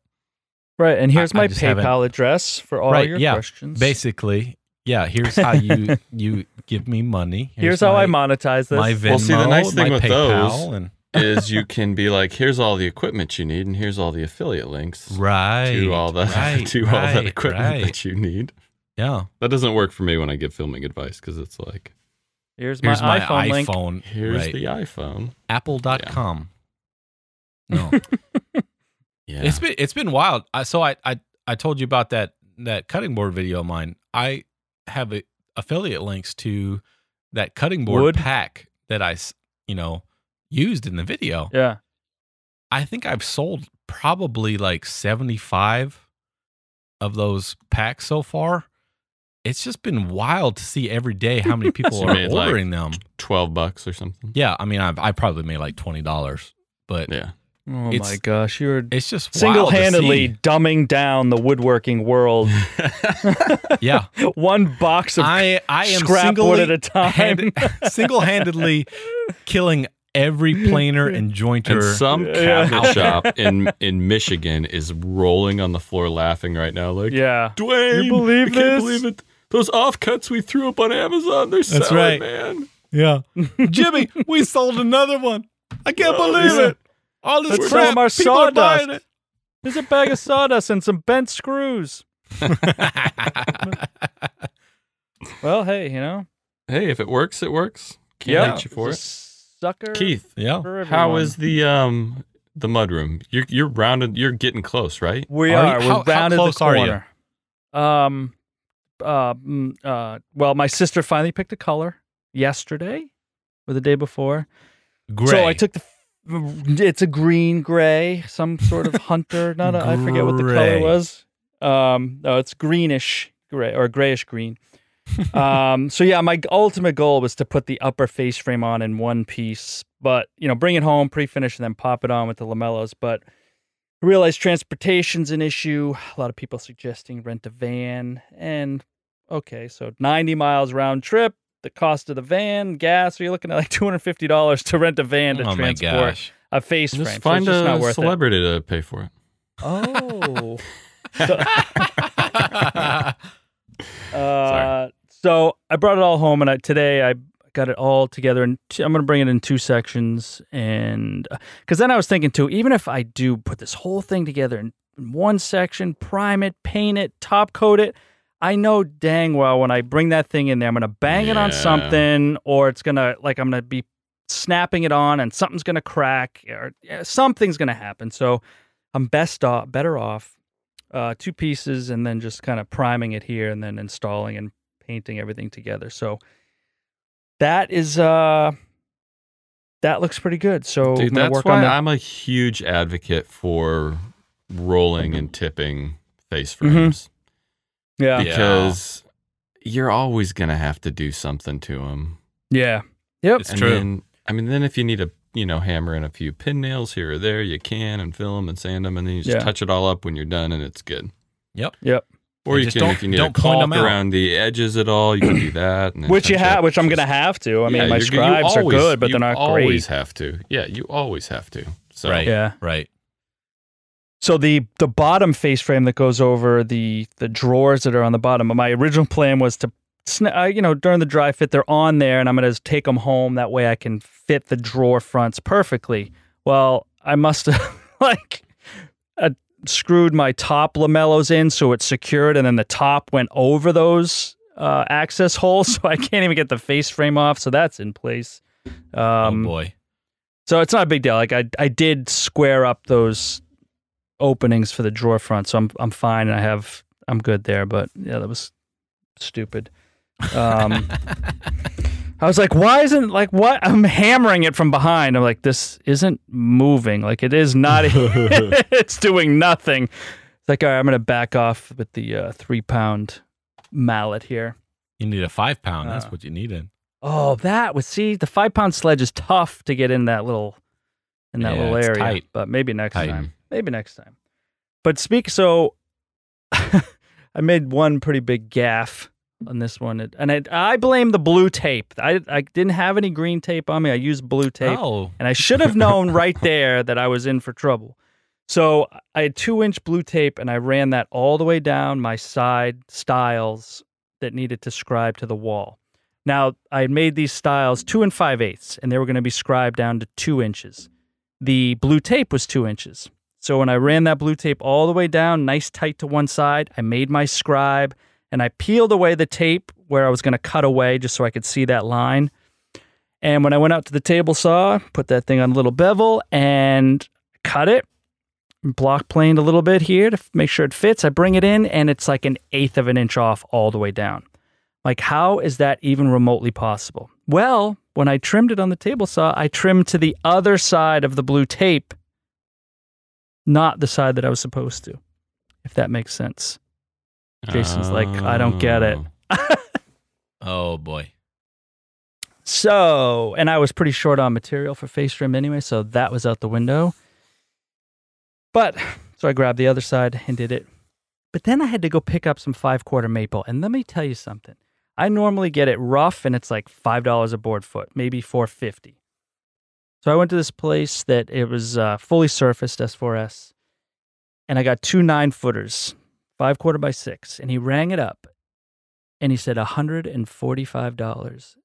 Right. And here's
I
my
just haven't-
PayPal address for all
Right,
your
yeah.
questions.
Basically, yeah. Here's how you you give me money.
Here's how I
my,
monetize this.
my Venmo,
Well, see, the nice thing
my
with
PayPal,
those-
and
is you can be like, here's all the equipment you need, and here's all the affiliate links
right
to all the
right,
to all
right,
that equipment
right.
that you need.
Yeah,
That doesn't work for me when I give filming advice because it's like,
here's,
here's
my,
my,
iPhone, link.
iPhone.
here's
right.
the iPhone.
Apple.com. No,
Yeah,
it's been it's been wild. I, so I I I told you about that that cutting board video of mine. I have a, affiliate links to that cutting board
Wood.
pack that I s- you know used in the video.
Yeah.
I think I've sold probably like 75 of those packs so far. It's just been wild to see every day how many people
So
are
made, like-
ordering them.
twelve bucks or something.
Yeah, I mean, I've, I probably made like $20, but
Yeah,
Oh
It's-
my gosh, you're
it's just
single handedly
single-handedly.
dumbing down the woodworking world.
Yeah,
One box of
I I am
scrap wood at
singly,
a time.
hand, single-handedly killing every planer and
And
jointer.
some
Yeah.
cabinet shop in in Michigan is rolling on the floor laughing right now, like
yeah.
Dwayne,
You believe
I
this?
can't believe it. Those offcuts we threw up on Amazon, they're
That's right.
selling, man.
yeah, Jimmy, we sold another one. I can't
Oh,
believe
yeah.
it. All this
Let's sell
crap,
them our
people are buying
sawdust.
it.
There's a bag of sawdust and some bent screws. Well, hey, you know,
Hey, if it works, it works. Can't
Yeah.
hate you for
it's a
it.
sucker.
Keith,
Yeah.
for
how
everyone.
is the um the mudroom? You're you're rounded. You're getting close, right?
We
Are
are.
you-
We're
how- how
rounded
close
the
are you?
corner. Um, uh, mm, uh, well, my sister finally picked a color yesterday or the day before.
Gray.
So I took the. It's a green gray, some sort of hunter. Not a, I forget what the color
Gray.
was. Um, no, it's greenish gray or grayish green. um, so yeah, my ultimate goal was to put the upper face frame on in one piece, but you know, bring it home, pre-finish, and then pop it on with the lamellos. But I realized transportation's an issue. A lot of people suggesting rent a van, and okay, so 90 miles round trip. The cost of the van, gas, so you're looking at like $250 to rent a van to
oh my
transport
gosh.
a face
Just
frame.
find
so it's just
a
not worth
celebrity to pay for it.
it. Oh. Uh,
Sorry.
so I brought it all home, and I, today I got it all together, and i I'm going to bring it in two sections, and because then I was thinking too, even if I do put this whole thing together in, in one section, prime it, paint it, top coat it, I know dang well when I bring that thing in there, I'm going to bang it on
Yeah.
something, or it's going to like I'm going to be snapping it on, and something's going to crack, or yeah, something's going to happen. So I'm best off, better off uh, two pieces and then just kind of priming it here and then installing and painting everything together. So that is uh that looks pretty good. So
Dude,
I'm gonna
that's
work on
why
that.
I'm a huge advocate for rolling and tipping face
Mhm.
frames
yeah.
Yeah.
because you're always gonna have to do something to them.
Yeah. Yep.
It's true.
Then, I mean, then if you need a you know hammer and a few pin nails here or there, you can and fill them and sand them, and then you just
Yeah.
touch it all up when you're done, and it's good.
Yep.
Yep.
Or
And
you
just
can
don't-
if you need
don't
to
point
caulk
'em out.
around the edges at all, you can do that. And then
Which you
touch
have
up.
which I'm
Just-
gonna have to. I mean
Yeah,
my
you're- you
scribes
always-
are good, but
you
they're not
always
great.
have to. Yeah, you always have to. So
Right.
Yeah.
Right.
So the the bottom face frame that goes over the the drawers that are on the bottom. My original plan was to sna- I, you know during the dry fit they're on there and I'm going to take them home that way I can fit the drawer fronts perfectly. Well, I must have like uh, screwed my top lamellos in so it's secured and then the top went over those uh, access holes so I can't even get the face frame off so that's in place.
oh
Um
boy.
so it's not a big deal. Like I, I did square up those openings for the drawer front, so I'm I'm fine. And I have I'm good there. But yeah, that was stupid. Um, I was like, why isn't like what I'm hammering it from behind? I'm like, this isn't moving. Like it is not. it's doing nothing. It's like, all right, I'm gonna back off with the uh, three pound mallet here.
You need a five pound. That's
Uh,
what you needed.
Oh, that was see the five pound sledge is tough to get in that little in that
Yeah,
little
it's
area.
tight.
But maybe next
Tight.
time. Maybe next time. But speak so I made one pretty big gaff on this one, It- and I, I blame the blue tape. I I didn't have any green tape on me. I used blue tape.
Oh.
And I should have known right there that I was in for trouble. So I had two inch blue tape and I ran that all the way down my side styles that needed to scribe to the wall. Now I had made these styles two and five eighths and they were going to be scribed down to two inches. The blue tape was two inches. So when I ran that blue tape all the way down, nice tight to one side, I made my scribe and I peeled away the tape where I was going to cut away just so I could see that line. And when I went out to the table saw, put that thing on a little bevel and cut it, block planed a little bit here to f- make sure it fits. I bring it in and it's like an eighth of an inch off all the way down. Like, how is that even remotely possible? Well, when I trimmed it on the table saw, I trimmed to the other side of the blue tape, not the side that I was supposed to, if that makes sense. Jason's like, "I don't get it."
Oh boy.
So, and I was pretty short on material for face trim anyway, so that was out the window. But so I grabbed the other side and did it. But then I had to go pick up some five quarter maple. And let me tell you something. I normally get it rough and it's like five dollars a board foot, maybe four fifty. So I went to this place that it was uh, fully surfaced S4S, and I got two nine footers, five quarter by six, and he rang it up, and he said hundred and forty five dollars,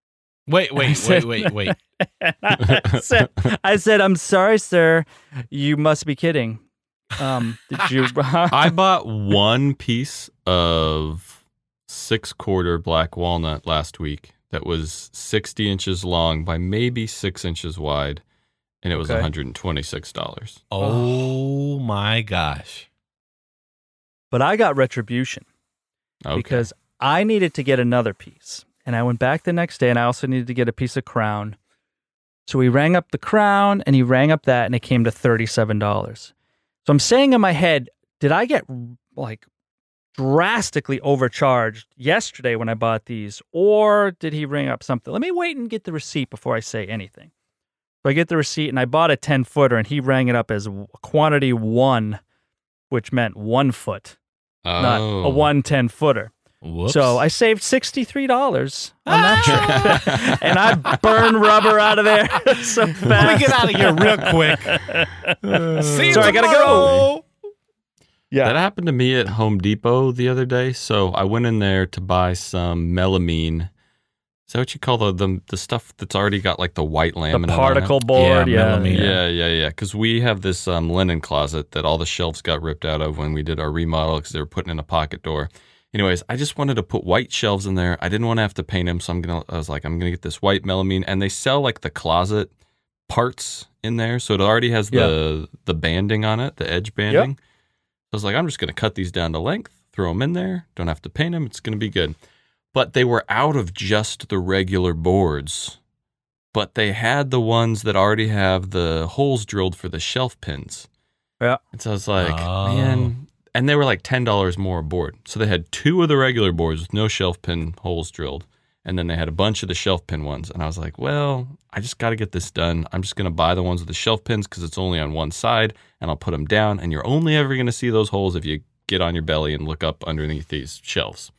Wait,
I
wait, wait,
said-
wait, wait.
I said, I said, I'm sorry, sir. You must be kidding. Um, did you?
I bought one piece of six quarter black walnut last week that was 60 inches long by maybe six inches wide, and it was
Okay.
$126.
Oh my gosh.
But I got retribution
Okay.
because I needed to get another piece. And I went back the next day and I also needed to get a piece of crown. So he rang up the crown and he rang up that and it came to $37. So I'm saying in my head, did I get like drastically overcharged yesterday when I bought these or did he ring up something? Let me wait and get the receipt before I say anything. So I get the receipt and I bought a 10 footer and he rang it up as quantity one, which meant one foot not a
Oh.
110 footer.
Whoops.
So I saved $63 on
Ah!
that trip. and I burn rubber out of there so fast.
Let me get out of here real quick. See you
Sorry, I gotta go.
tomorrow.
That happened to me at Home Depot the other day. So I went in there to buy some melamine. Is that what you call the the, the stuff that's already got like the white
The
laminate?
particle
On
board.
Yeah,
Yeah.
millimeter.
it?
Yeah.
Yeah, yeah, yeah. Because we have this um, linen closet that all the shelves got ripped out of when we did our remodel because they were putting in a pocket door. Anyways, I just wanted to put white shelves in there. I didn't want to have to paint them, so I'm gonna. I was like, I'm gonna get this white melamine, and they sell like the closet parts in there, so it already has the the banding on it, the edge banding. I was like, I'm just going to cut these down to length, throw them in there, don't have to paint them. It's going to be good. But they were out of just the regular boards, but they had the ones that already have the holes drilled for the shelf pins.
Yeah.
And so I was like,
Oh.
man. And they were like $10 more a board. So they had two of the regular boards with no shelf pin holes drilled. And then they had a bunch of the shelf pin ones. And I was like, well, I just got to get this done. I'm just going to buy the ones with the shelf pins because it's only on one side and I'll put them down. And you're only ever going to see those holes if you get on your belly and look up underneath these shelves.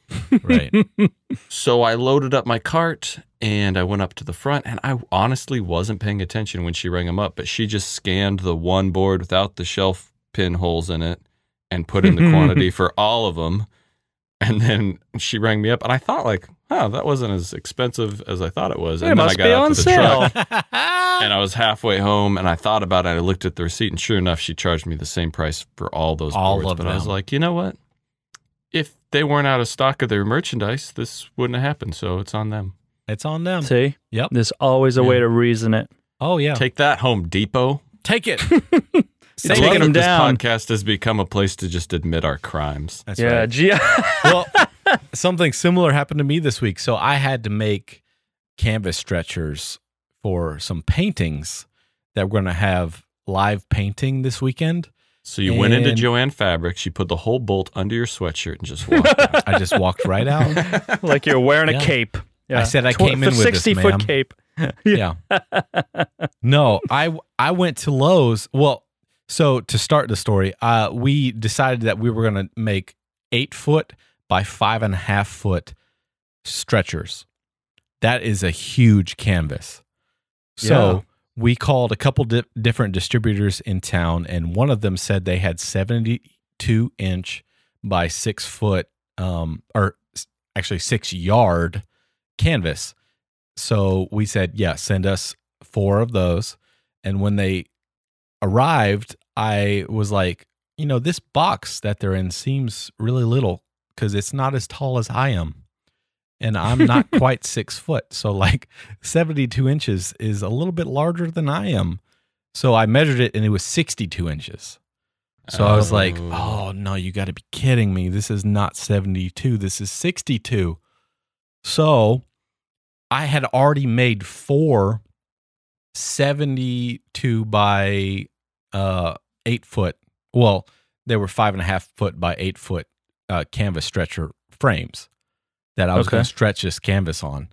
Right.
So I loaded up my cart and I went up to the front. And I honestly wasn't paying attention when she rang them up, but she just scanned the one board without the shelf pin holes in it and put in the quantity for all of them. And then she rang me up, and I thought like, "Huh, that wasn't as expensive as I thought it was."
It
and
must
then I got
be
out
on
to the
sale.
truck, and I was halfway home and I thought about it. I looked at the receipt and sure enough, she charged me the same price for all those
All
boards.
of
but I was
them.
like, you know what? If they weren't out of stock of their merchandise, this wouldn't have happened. So it's on them.
it's on them.
See?
Yep.
There's always a way to reason it.
Oh yeah.
Take that, Home Depot.
Take it.
You're
I love
taking them
that
down.
This podcast has become a place to just admit our crimes.
That's
yeah.
right.
G-
well, something similar happened to me this week. So I had to make canvas stretchers for some paintings that we're going to have live painting this weekend.
So you went into
And-
Joanne Fabric. She put the whole bolt under your sweatshirt and just walked out.
I just walked right out.
like you're wearing
Yeah.
a cape. Yeah.
said I came in with this,
60
ma'am.
foot cape.
yeah. no, I I went to Lowe's. Well, so to start the story, uh, we decided that we were going to make eight foot by five and a half foot stretchers. That is a huge canvas. So
Yeah.
we called a couple di- different distributors in town, and one of them said they had seventy-two inch by six foot, um, or s- actually six yard canvas. So we said, yeah, send us four of those. And when they arrived, I was like, you know, this box that they're in seems really little because it's not as tall as I am. And I'm not quite six foot. So, like 72 inches is a little bit larger than I am. So, I measured it and it was 62 inches. So, I was like, oh, no, you got to be kidding me. This is not 72. This is 62. So, I had already made four 72 by uh, eight foot. Well, they were five and a half foot by eight foot uh, canvas stretcher frames that I was
Okay.
going to stretch this canvas on.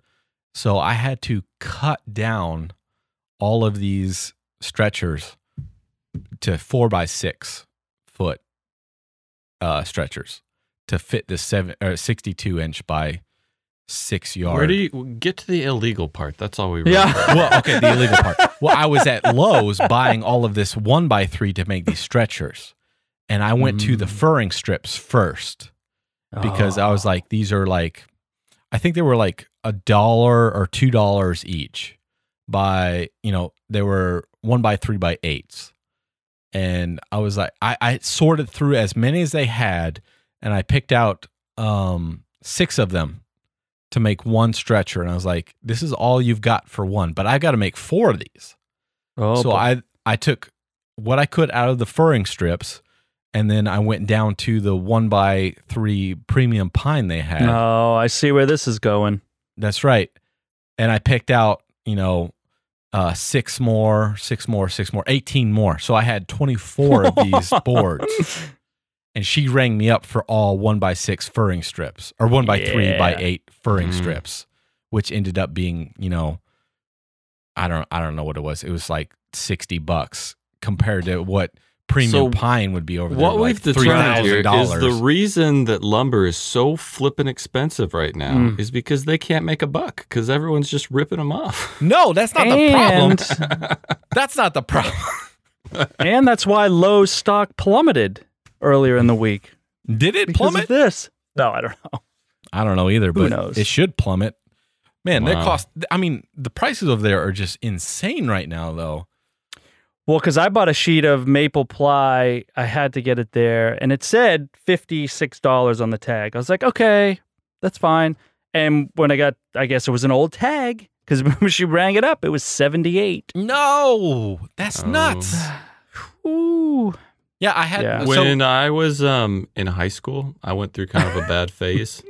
So I had to cut down all of these stretchers to four by six foot uh, stretchers to fit this seven or 62 inch by six yard.
Where do you get to the illegal part? That's all we wrote.
Yeah.
well, okay, the illegal part. Well, I was at Lowe's buying all of this one by three to make these stretchers. And I went to the
Mm.
furring strips first because
Uh-huh.
I was like, these are like, I think they were like a dollar or two dollars each by, you know, they were one by three by eights. And I was like, I, I sorted through as many as they had and I picked out um, six of them to make one stretcher. And I was like, this is all you've got for one, but I got to make four of these.
Oh,
so
boy.
I, I took what I could out of the furring strips and then I went down to the one by three premium pine they had.
Oh, I see where this is going.
That's right. And I picked out, you know, uh, six more, six more, six more, 18 more. So I had 24 of these boards. And she rang me up for all one by six furring strips or one by three by
Yeah.
eight furring
Mm.
strips, which ended up being, you know, I don't, I don't know what it was. It was like 60 bucks compared to what premium
So
pine would be over there.
What
like
we've determined here is
$3,000.
the reason that lumber is so flippin' expensive right now
Mm.
is because they can't make a buck because everyone's just ripping them off.
no, that's not the problem. That's not the problem.
and that's why Lowe's stock plummeted earlier in the week.
Did it
Because
plummet?
of this. No, I don't know.
I don't know either,
Who
but
knows?
it should plummet. Man, that
Wow.
cost. I mean, the prices over there are just insane right now, though.
Well, because I bought a sheet of maple ply. I had to get it there. And it said $56 on the tag. I was like, okay, that's fine. And when I got, I guess it was an old tag because when she rang it up, it was 78
No, that's
Oh.
nuts.
Ooh.
Yeah, I had.
Yeah.
So,
when I was um, in high school, I went through kind of a bad phase,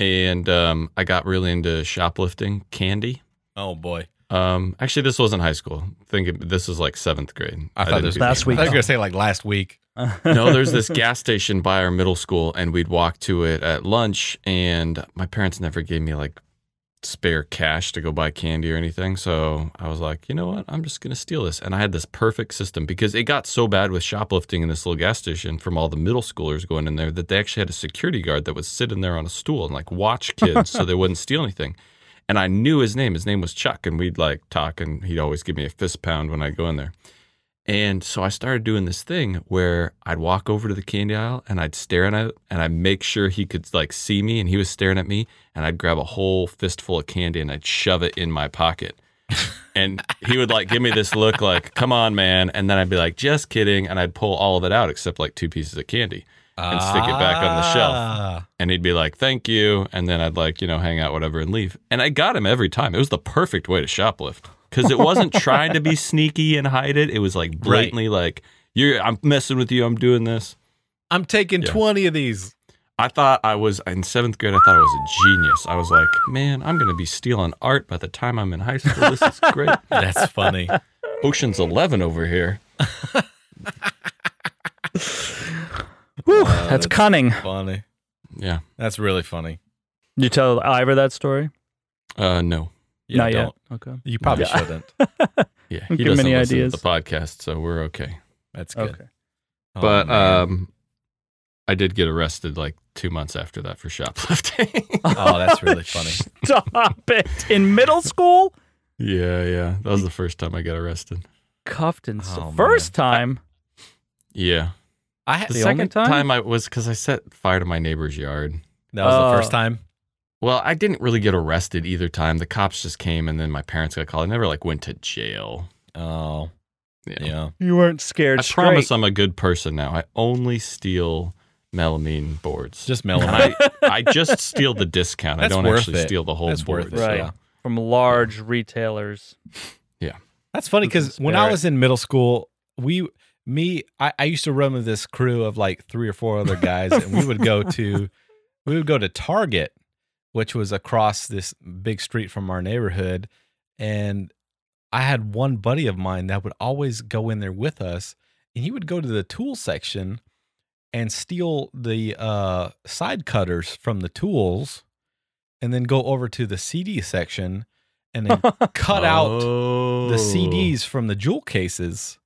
and um, I got really into shoplifting candy.
oh boy,
Um, actually, this wasn't high school. Thinking this was like seventh grade.
I thought
didn't
this
do
Last
that.
week.
I was gonna say like last week.
no, there's this gas station by our middle school, and we'd walk to it at lunch. And my parents never gave me like spare cash to go buy candy or anything. So I was like, you know what? I'm just gonna steal this. And I had this perfect system because it got so bad with shoplifting in this little gas station from all the middle schoolers going in there that they actually had a security guard that would sit in there on a stool and like watch kids so they wouldn't steal anything. And I knew his name. His name was Chuck, and we'd like talk, and he'd always give me a fist pound when I go in there. And so I started doing this thing where I'd walk over to the candy aisle and I'd stare at it and I'd make sure he could like see me and he was staring at me and I'd grab a whole fistful of candy and I'd shove it in my pocket. And he would like give me this look like, come on, man. And then I'd be like, just kidding. And I'd pull all of it out except like two pieces of candy. And stick it back on the shelf.
Ah.
And he'd be like, thank you. And then I'd like, you know, hang out, whatever, and leave. And I got him every time. It was the perfect way to shoplift because it wasn't trying to be sneaky and hide it. It was like blatantly like, you're, I'm messing with you. I'm doing this.
I'm taking
Yeah.
twenty of these.
I thought I was in seventh grade. I thought I was a genius. I was like, man, I'm going to be stealing art by the time I'm in high school. This is great.
That's funny.
Ocean's 11 over here.
Whew,
Uh,
that's
that's-
cunning.
funny.
Yeah.
That's really funny.
You tell Ivor that story?
Uh, no.
Yeah,
Not
don't.
yet. Okay.
You probably
Yeah.
shouldn't.
Yeah.
Don't
He
give him
doesn't
any
listen to
ideas.
the podcast, so we're okay.
That's good.
Okay.
Oh,
but
man.
um, I did get arrested like two months after that for shoplifting.
oh, that's really funny.
Stop it. In middle school?
yeah, yeah, that was the first time I got arrested.
Cuffed and s-
Oh, man.
first time.
Yeah,
I had,
the,
The
second
only time?
time? I was because I set fire to my neighbor's yard.
that was
Oh.
the first time.
Well, I didn't really get arrested either time. The cops just came, and then my parents got called. I never like went to jail.
Oh,
Yeah.
yeah.
You weren't scared
I
straight.
promise I'm a good person now. I only steal melamine boards.
Just
and
melamine.
I, I just steal the discount.
That's
I don't
worth
actually
it.
steal the whole
That's
board.
worth it.
Right.
Yeah.
From large retailers.
That's funny
Who's
because when I
Barrett?
was in middle school, we, me, I, I used to run with this crew of like three or four other guys, and we would go to, we would go to Target, which was across this big street from our neighborhood, and I had one buddy of mine that would always go in there with us, and he would go to the tool section and steal the uh, side cutters from the tools, and then go over to the CD section, and then cut out
out
the CDs from the jewel cases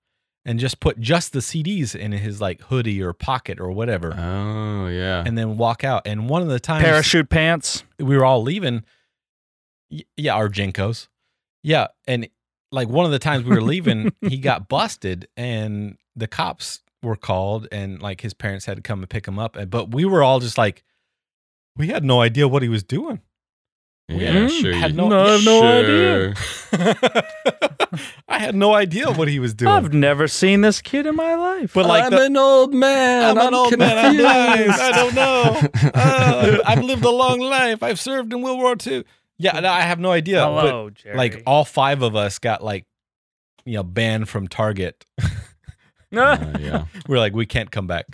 and just put just the CDs in his like hoodie or pocket or whatever
Oh yeah.
and then walk out. And one of the times
Parachute pants.
we were all leaving, y- yeah, our Jinkos. Yeah. And like one of the times we were leaving, he got busted and the cops were called and like his parents had to come and pick him up. And- But we were all just like, we had no idea what he was doing.
yeah,
Mm,
sure.
had
you-
No,
I have no idea.
Sure.
I had no idea what he was doing.
I've never seen this kid in my life.
but like
I'm
the,
an old man.
I'm an old man. I'm blind. I don't know.
confused.
Uh, I've lived a long life. I've served in World War II. Yeah, no, I have no idea.
Hello,
But
Jerry.
like all five of us got like, you know, banned from Target.
Uh, yeah.
We're like, we can't come back.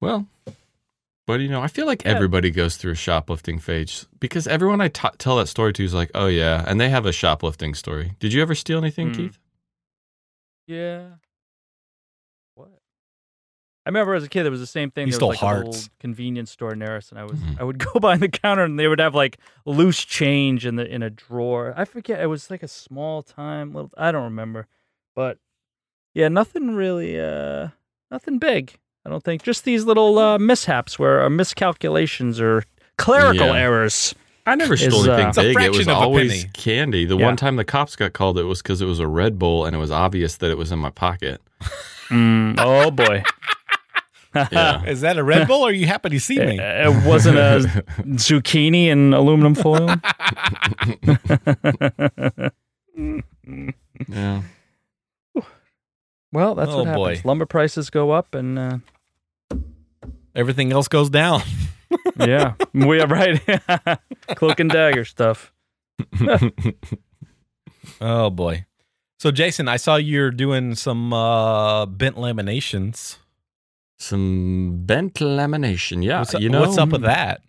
Well, but you know, I feel like
Yeah.
everybody goes through a shoplifting phase because everyone I t- tell that story to is like, oh yeah, and they have a shoplifting story. Did you ever steal anything,
Mm.
Keith?
Yeah. What? I remember as a kid, it was the same thing.
You
there
stole
was like a
hearts. Mm-hmm.
little convenience store near us, and I was
Mhm.
I would go behind the counter, and they would have like loose change in the in a drawer. I forget. It was like a small time. Little, I don't remember, but yeah, nothing really. Uh, nothing big. I don't think. Just these little uh, mishaps where or miscalculations or clerical
Yeah.
errors.
I never
Is,
stole
uh,
anything
It's
a
big. It
fraction
was
of a
always
penny.
candy. The
Yeah.
one time the cops got called, it was because it was a Red Bull, and it was obvious that it was in my pocket.
oh boy.
Yeah.
Is that a Red Bull or you happen to see me?
It, it wasn't a zucchini and aluminum foil.
yeah.
well, that's
Oh,
what
boy.
happens. Lumber prices go up, and uh,
Everything else goes down.
yeah, we are right. Cloak and dagger stuff.
Oh boy. So Jason, I saw you're doing some uh bent laminations.
Some bent lamination. Yeah.
what's, up-
Ah, you know hmm.
what's up with that?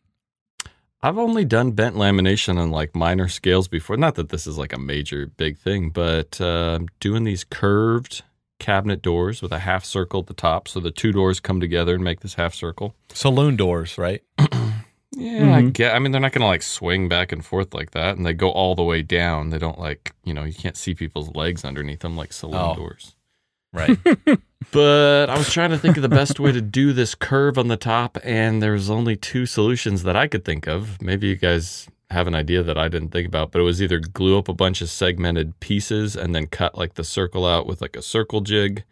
I've only done bent lamination on like minor scales before. Not that this is like a major big thing, but uh, doing these curved cabinet doors with a half circle at the top. So the two doors come together and make this half circle.
Saloon doors, right?
Yeah, I get. I mean, they're not going to like swing back and forth like that, and they go all the way down. They don't like you know you can't see people's legs underneath them like saloon
Oh.
doors.
Right.
But I was trying to think of the best way to do this curve on the top, and there's only two solutions that I could think of. Maybe you guys have an idea that I didn't think about, but it was either glue up a bunch of segmented pieces and then cut like the circle out with like a circle jig,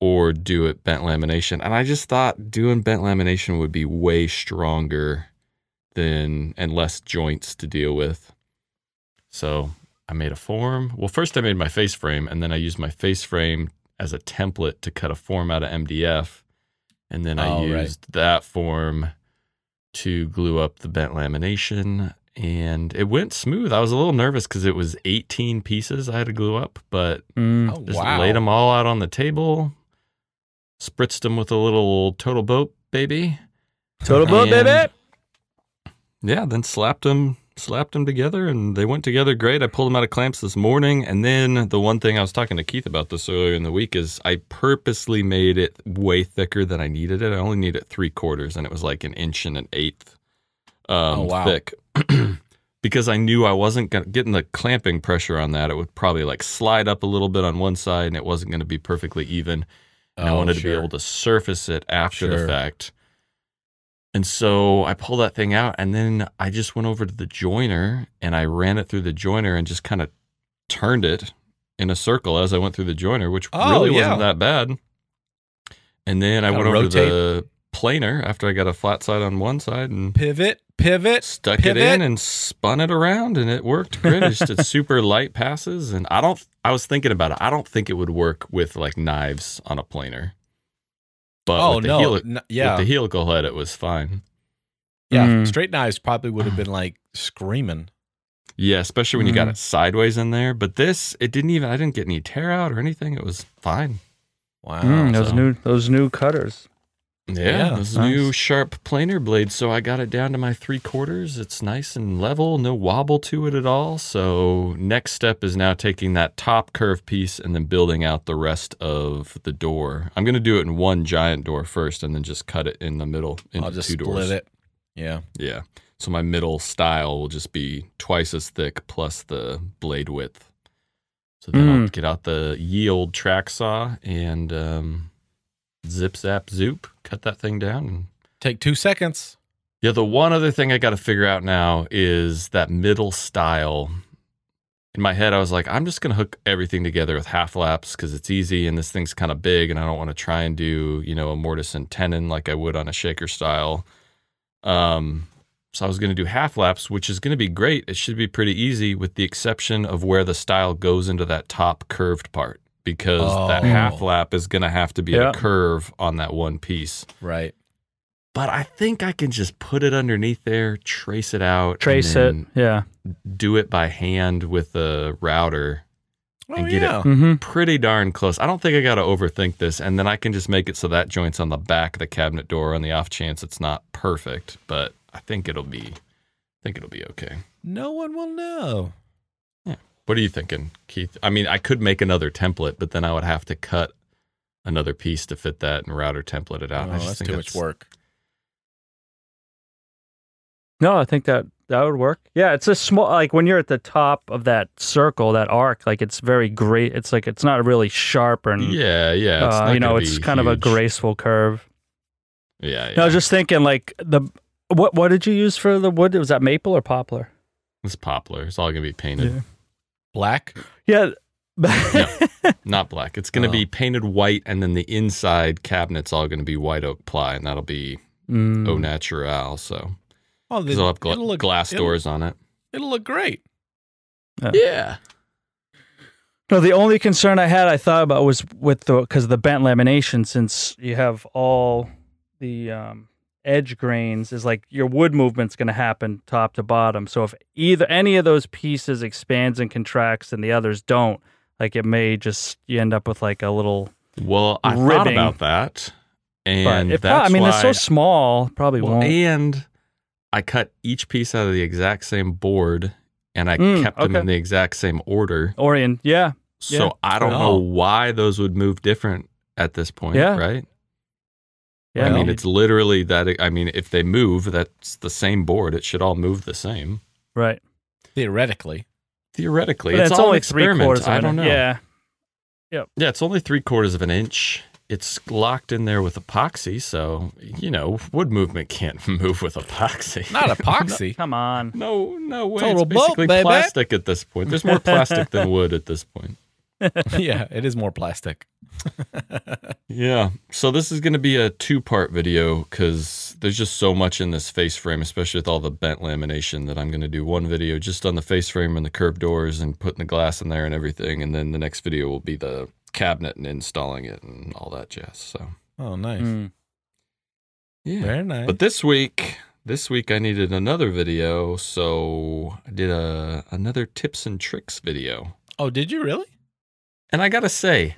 or do it bent lamination. And I just thought doing bent lamination would be way stronger than and less joints to deal with. So I made a form. Well, first I made my face frame, and then I used my face frame as a template to cut a form out of MDF. And then I
Oh, right.
used that form to glue up the bent lamination. And it went smooth. I was a little nervous because it was 18 pieces I had to glue up, but
Mm.
Oh,
just laid them all out on the table, spritzed them with a little total boat baby.
Total boat,
And-
baby.
Yeah, then slapped them, slapped them together, and they went together great. I pulled them out of clamps this morning, and then the one thing I was talking to Keith about this earlier in the week is I purposely made it way thicker than I needed it. I only needed three quarters, and it was like an inch and an eighth um,
Oh, wow.
thick. Because I knew I wasn't gonna, getting the clamping pressure on that, it would probably like slide up a little bit on one side, and it wasn't going to be perfectly even and I
Oh,
wanted to
sure.
be able to surface it after the
Sure.
fact. And so I pulled that thing out, and then I just went over to the joiner and I ran it through the joiner and just kind of turned it in a circle as I went through the joiner, which
Oh,
really wasn't
yeah.
that bad. And then I
Kinda
went over
rotate.
to the planer after I got a flat side on one side and
Pivot, pivot.
stuck it
Pivot.
in and spun it around and it worked great. It just did super light passes and I don't I was thinking about it. I don't think it would work with like knives on a planer. But
oh
with the
no.
heli-
N- yeah.
with the helical head it was fine.
yeah.
Mm.
Straight knives probably would have been like screaming.
Yeah, especially when you
Mm-hmm.
got
Mhm.
it sideways in there. But this it didn't even I didn't get any tear out or anything. It was fine.
Wow.
Mm, those
so-
new those new cutters.
Yeah,
Yeah,
this
nice.
new sharp planer blade. So I got it down to my three quarters. It's nice and level, no wobble to it at all. So next step is now taking that top curve piece and then building out the rest of the door. I'm gonna do it in one giant door first, and then just cut it in the middle into
I'll just
two
split
doors.
it. Yeah.
Yeah. So my middle style will just be twice as thick plus the blade width. So then I'll get out the ye old track saw and um, zip zap zoop, cut that thing down and
Take two seconds.
yeah, the one other thing I got to figure out now is that middle style. In my head, I was like, I'm just going to hook everything together with half laps because it's easy and this thing's kind of big and I don't want to try and do, you know, a mortise and tenon like I would on a shaker style. Um, So I was going to do half laps, which is going to be great. It should be pretty easy, with the exception of where the style goes into that top curved part, because that
Oh.
half lap is going to have to be
Yeah.
a curve on that one piece.
Right.
But I think I can just put it underneath there, trace it out, and
Trace it.
then
Yeah.
do it by hand with a router.
Oh,
And get it-
Mm-hmm.
Pretty darn close. I don't think I got to overthink this, and then I can just make it so that joint's on the back of the cabinet door on the off chance it's not perfect, but I think it'll be, I think it'll be okay.
No one will know.
What are you thinking, Keith? I mean, I could make another template, but then I would have to cut another piece to fit that and router template it out. And I
Oh,
just
that's
think
too much
that's-
work.
No, I think that that would work. Yeah, it's a small like when you're at the top of that circle, that arc, like it's very great. It's like it's not really sharp and
Yeah, yeah.
uh,
not
you know,
gonna
it's
be
kind of a
huge.
graceful curve.
Yeah, yeah.
No, I was just thinking like the what what did you use for the wood? Was that maple or poplar?
it's poplar. It's all gonna be painted.
Yeah.
Black.
Yeah.
Not black. It's gonna
Oh.
be painted white, and then the inside cabinet's all gonna be white oak ply, and that'll be
Mm.
au naturel. So
Oh,
because it'll have gla- glass
it'll-
doors on it.
It'll look great.
Yeah.
No, the only concern I had I thought about was with the because of the bent lamination, since you have all the um, edge grains, is like your wood movement's going to happen top to bottom. So if either any of those pieces expands and contracts and the others don't, like it may just you end up with like a little.
Well, I thought
Ribbing.
about that,
But
and
it prob-
that's
I mean,
why
it's so small, probably
Well, eh
won't.
and I cut each piece out of the exact same board and I
Mm,
kept them
okay.
in the exact same order.
Orient, yeah,
So
Yeah.
I don't know
Oh.
why those would move different at this point,
Yeah.
right?
yeah.
I
Well-
mean, it's literally that. I mean, if they move, that's the same board. It should all move the same.
right.
Theoretically.
Theoretically,
But
it's, all an
only three
experiment.
quarters. of
I
an-
don't know.
Yeah,
Yeah, it's only three quarters of an inch. It's locked in there with epoxy, so you know wood movement can't move with epoxy.
Not epoxy.
come on.
No, no way.
Total
it's
bolt,
basically
baby.
plastic at this point. There's more plastic than wood at this point.
yeah, it is more plastic.
Yeah. So this is going to be a two-part video because there's just so much in this face frame, especially with all the bent lamination. That I'm going to do one video just on the face frame and the curved doors and putting the glass in there and everything, and then the next video will be the cabinet and installing it and all that jazz. So
Oh, nice.
Mm.
yeah.
Very nice.
But this week, this week I needed another video, so I did a another tips and tricks video.
oh, did you really?
And I gotta say,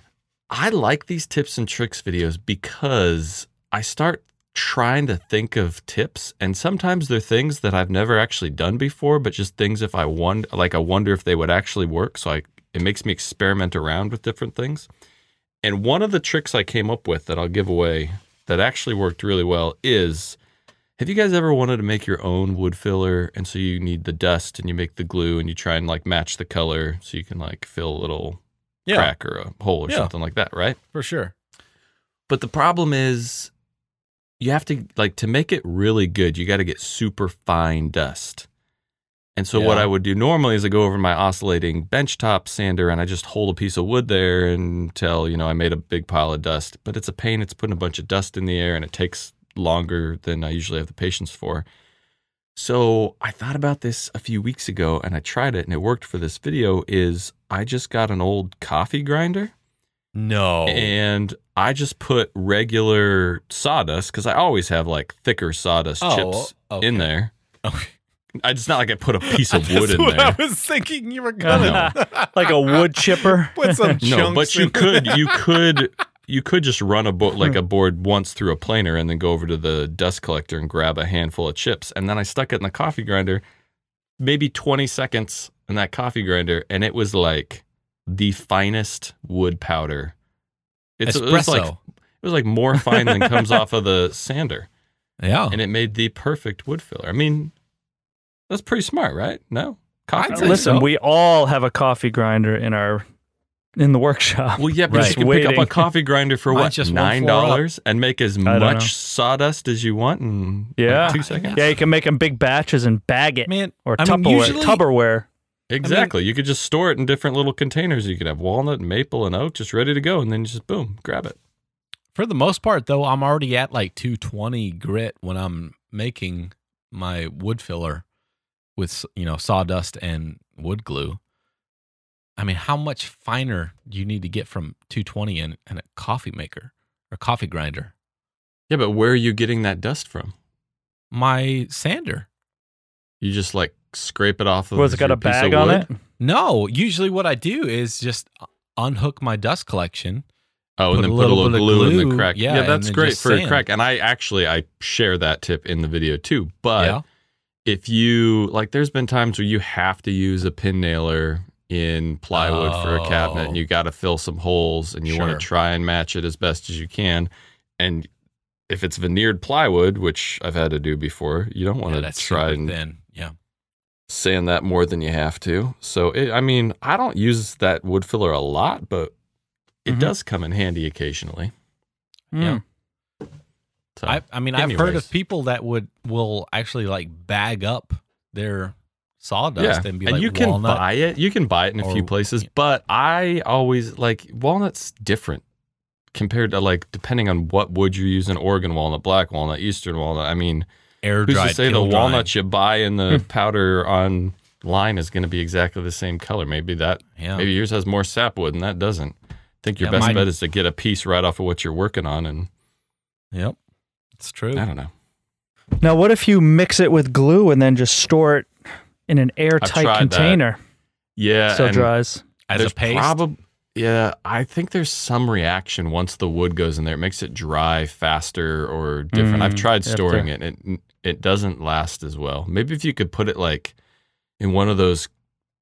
I like these tips and tricks videos because I start trying to think of tips, and sometimes they're things that I've never actually done before, but just things if I wonder, like I wonder if they would actually work. So I, it makes me experiment around with different things. And one of the tricks I came up with that I'll give away that actually worked really well is have you guys ever wanted to make your own wood filler? And so you need the dust and you make the glue and you try and like match the color so you can like fill a little
Yeah,
crack or a hole or
Yeah.
something like that, right?
for sure.
But the problem is you have to like to make it really good, you got to get super fine dust. And so what
Yeah.
I would do normally is I go over my oscillating benchtop sander and I just hold a piece of wood there until, you know, I made a big pile of dust. But it's a pain, it's putting a bunch of dust in the air and it takes longer than I usually have the patience for. So I thought about this a few weeks ago and I tried it and it worked for this video is I just got an old coffee grinder
No.
and I just put regular sawdust because I always have like thicker sawdust chips
Oh, okay.
in there.
Okay.
I just not like I put a piece of wood
That's
in
what
there.
I was thinking you were gonna
Uh-huh. Like a wood chipper.
put some chunks.
No, but you
in- Hmm.
could you could you could just run a board like a board once through a planer and then go over to the dust collector and grab a handful of chips and then I stuck it in the coffee grinder, maybe twenty seconds in that coffee grinder and it was like the finest wood powder. It's it was
espresso.
like it was like more fine than comes off of the sander.
yeah.
and it made the perfect wood filler. I mean, that's pretty smart, right? No, coffee.
I'd say
grinder?
Listen,
so.
we all have a coffee grinder in our in the workshop.
Well, yeah, but
Right.
you can pick
Waiting.
up a coffee grinder for
Mine's
what
just one
nine
floor up.
dollars and make as
don't know.
much sawdust as you want in like,
Yeah.
two seconds.
Yeah, you can make them big batches and bag it
man.
or
I mean,
Tupperware.
usually-
Tupperware.
Exactly. you could just store it in different little containers. You could have walnut, and maple, and oak just ready to go, and then you just boom, grab it.
For the most part, though, I'm already at like 220 grit when I'm making my wood filler with you know sawdust and wood glue. I mean, how much finer do you need to get from 220 and, and a coffee maker or coffee grinder?
Yeah, but where are you getting that dust from?
My sander.
You just like scrape it off of
Was it got
your
a
piece of
bag on
wood?
it?
No, usually what I do is just unhook my dust collection.
Oh,
Put
and
a
then put a
little
little
bit of
glue, in
glue,
the crack.
yeah,
Yeah,
and
that's
then
great
just
for a
sand.
crack. And I actually I share that tip in the video too. But
yeah.
if you like there's been times where you have to use a pin nailer in plywood for a cabinet and
Oh.
you got to fill some holes and you want
Sure.
to try and match it as best as you can and if it's veneered plywood which i've had to do before you don't want
yeah,
to
that's
try
super
and
thin. Yeah.
sand that more than you have to so it, i mean i don't use that wood filler a lot but it
Mm-hmm.
Mhm.
does come in handy occasionally
Yeah.
Mm.
so
I, I mean, I've heard
anyways.
of people that would will actually like bag up their sawdust and be like
you can
walnut.
buy it. You can buy it in a few
or-
places, but I always like walnuts different compared to like depending on what wood you're using, Oregon walnut, black walnut, eastern walnut. I mean,
air
who's
dried.
to say the
kiln dried. Hmm.
walnut you buy in the powder online is going to be exactly the same color? Maybe that
Yeah.
maybe yours has more sapwood and that doesn't. I think your
Yeah,
best
mine-
bet is to get a piece right off of what you're working on, and
Yep. It's true.
I don't know.
Now, what if you mix it with glue and then just store it in an
tried
airtight
that.
container
Yeah,
so it
and-
dries?
As a
There's
paste.
probab- yeah, I think there's some reaction once the wood goes in there. It makes it dry faster or different. I've
Mm,
tried
you have
storing it. and It it doesn't last as well. Maybe if you could put it like in one of those,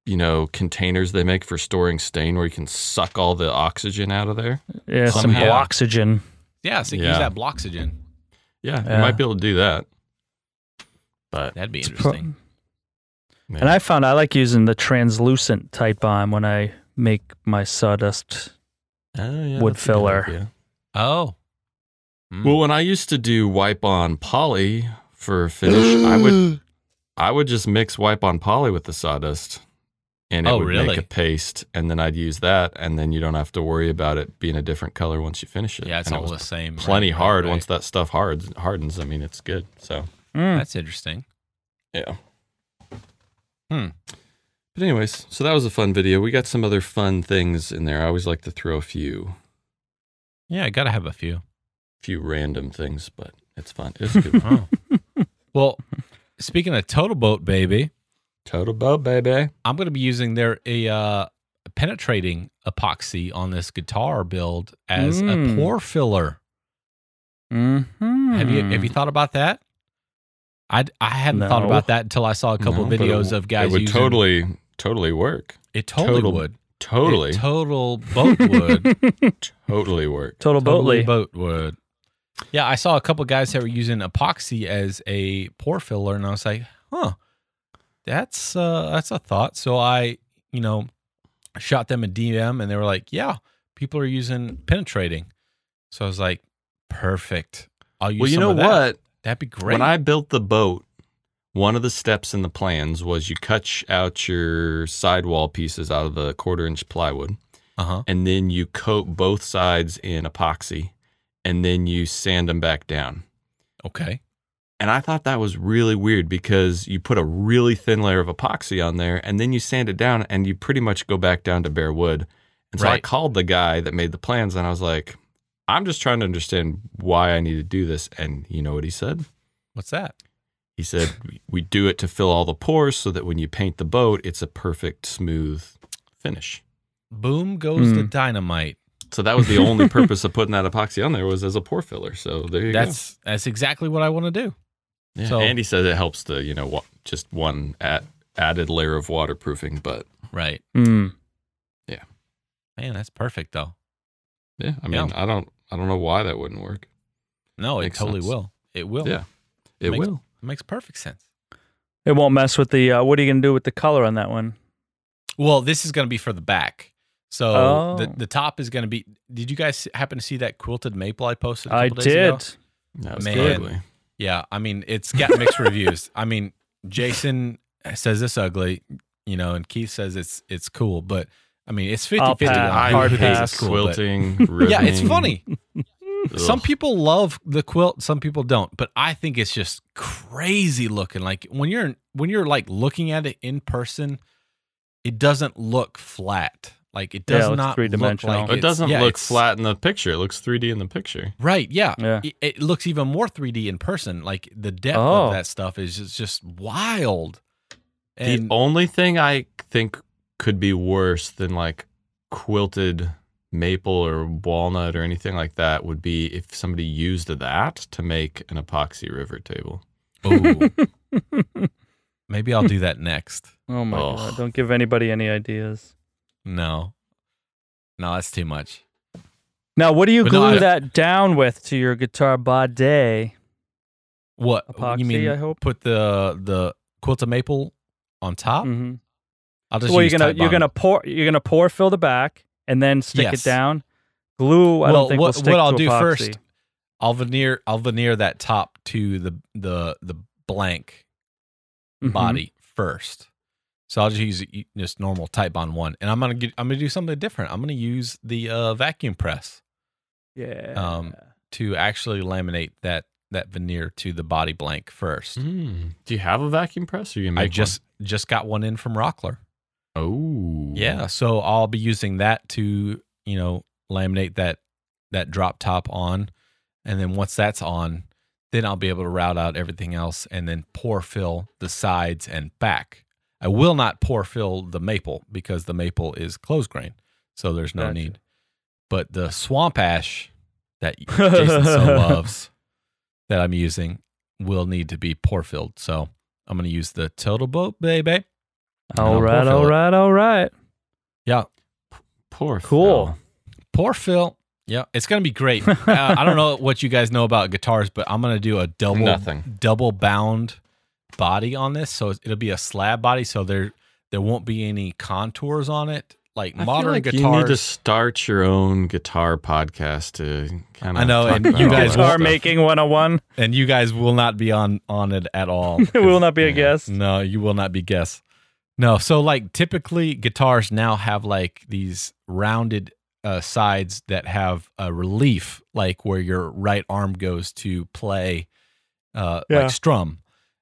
you know, containers they make for storing stain, where you can suck all the oxygen out of there.
Yeah, some
Somehow.
oxygen.
yeah. So you
Yeah.
use that bloxygen.
Yeah, you
Yeah.
might be able to do that. But
That'd be
It's
interesting.
man,
And I found I like using the translucent type on when I make my sawdust.
Oh, yeah,
wood
that's a good
filler.
idea.
oh. Mm.
Well, when I used to do wipe on poly for finish, I would I would just mix wipe on poly with the sawdust and it
Oh,
would
really?
make a paste and then I'd use that and then you don't have to worry about it being a different color once you finish it.
yeah, it's
and
all
it
the
was
same. right,
plenty
right,
hard
right.
once that stuff hard, hardens. I mean, it's good. So,
Mm.
Hmm. That's interesting.
yeah.
Hmm.
But anyways, so that was a fun video. We got some other fun things in there. I always like to throw a few
Yeah, I gotta have a few.
few random things, but it's fun. It's a good.
Oh. well, speaking of total boat, baby,
Total boat, baby.
I'm going to be using their a uh, penetrating epoxy on this guitar build as a
Mm.
pore filler.
Mm-hmm.
Have you
Hmm.
have you thought about that? I I hadn't thought
No.
about that until I saw a couple
No, but it
videos
w-
of guys.
It would
using,
totally, totally work.
It totally
total-
would.
Totally,
It total boat would.
totally work.
Total
totally
boatly.
boat would. Yeah, I saw a couple guys that were using epoxy as a pore filler, and I was like, huh, that's uh, that's a thought. So I, you know, shot them a DM, and they were like, yeah, people are using penetrating. So I was like, perfect. I'll use.
Well, you
some
know
of that.
what?
That'd be great.
When I built the boat, one of the steps in the plans was you cut sh- out your sidewall pieces out of the quarter inch plywood,
uh huh.
and then you coat both sides in epoxy, and then you sand them back down.
Okay.
And I thought that was really weird because you put a really thin layer of epoxy on there and then you sand it down and you pretty much go back down to bare wood. And so I
Right.
called the guy that made the plans and I was like, I'm just trying to understand why I need to do this. And you know what he said?
What's that?
He said, "We- We do it to fill all the pores so that when you paint the boat, it's a perfect, smooth finish.
Boom goes the
Hmm.
dynamite.
So that was the only purpose of putting that epoxy on there was as a pore filler. So there you go.
That's that's exactly what I want to do.
Yeah,
So-
Andy says it helps to you know wa- just one at, added layer of waterproofing, but
Right.
Mm.
Man, that's perfect though.
yeah, I mean, I don't, I don't know why that wouldn't work.
No, it
Makes
totally
sense.
will. It will.
Yeah, it
Makes-
will.
It makes perfect sense.
It won't mess with the. Uh, what are you gonna do with the color on that one?
Well, this is going to be for the back. So the,
Oh.
the top is going to be. Did you guys happen to see that quilted maple I posted? a
I
couple days ago?
did.
That was
Man.
ugly.
Yeah, I mean it's got mixed reviews. I mean Jason says it's ugly, you know, and Keith says it's it's cool, but I mean it's 50 50
I'll pass.
I
Hard
hate
pass.
quilting.
yeah, it's
ribbing.
funny. Some people love the quilt, some people don't. But I think it's just crazy looking. Like when you're when you're like looking at it in person, it doesn't look flat. Like it
Yeah, it
does
looks
not look
three-dimensional.
like
It
It
it's-
doesn't
yeah,
look
it's-
flat in the picture. It looks 3D in the picture.
Right, yeah.
Yeah.
It, it looks even more 3D in person. Like the depth
Oh.
of that stuff is just, just wild.
the only thing I think could be worse than like quilted maple or walnut or anything like that would be if somebody used that to make an epoxy river table.
Ooh. Maybe I'll do that next.
Oh my
Ugh.
god! Don't give anybody any ideas.
No. No, that's too much.
Now, what do you
But no,
glue
I-
that down with to your guitar body?
What
Epoxy,
you mean?
I hope.
Put the the quilt of maple on top.
Mm-hmm.
I'll just
Well,
use
you're gonna
Tide
you're
Bond.
gonna pour you're gonna pour fill the back and then stick
Yes.
it down. Glue.
well,
I don't think
what,
will stick
what I'll
to
do
epoxy.
first, I'll veneer I'll veneer that top to the the the blank
Mhm.
body first. So I'll just use y- just normal Type Bond one, and I'm gonna get, I'm gonna do something different. I'm gonna use the uh, vacuum press
Yeah.
Um, to actually laminate that that veneer to the body blank first.
Hmm. Do you have a vacuum press? Or you Mm-hmm. make
I just just got one in from Rockler.
one? oh
Yeah, so I'll be using that to you know laminate that that drop top on, and then once that's on, then I'll be able to route out everything else and then pour fill the sides and back. I will not pour fill the maple because the maple is closed grain, so there's no
Gotcha.
need. But the swamp ash that Jason so loves that I'm using will need to be pour filled. So I'm going to use the total boat, baby.
all
I'll
right.
pour
All
fill it.
right. All right.
Poor
Cool.
Phil.
Poor Phil. Yeah, it's gonna be great. uh, I don't know what you guys know about guitars, but I'm gonna do a double
Nothing.
double bound body on this, so it'll be a slab body, so there there won't be any contours on it. Like
I feel
modern
like
guitars,
You need to start your own guitar podcast to kind of.
I know, and
You
all that
guys are
stuff.
making 101.
and you guys will not be on on it at all.
It will not be a
Yeah.
guest.
No, you will not be guess. No, so like typically guitars now have like these rounded uh, sides that have a relief, like where your right arm goes to play, uh,
Yeah.
like strum,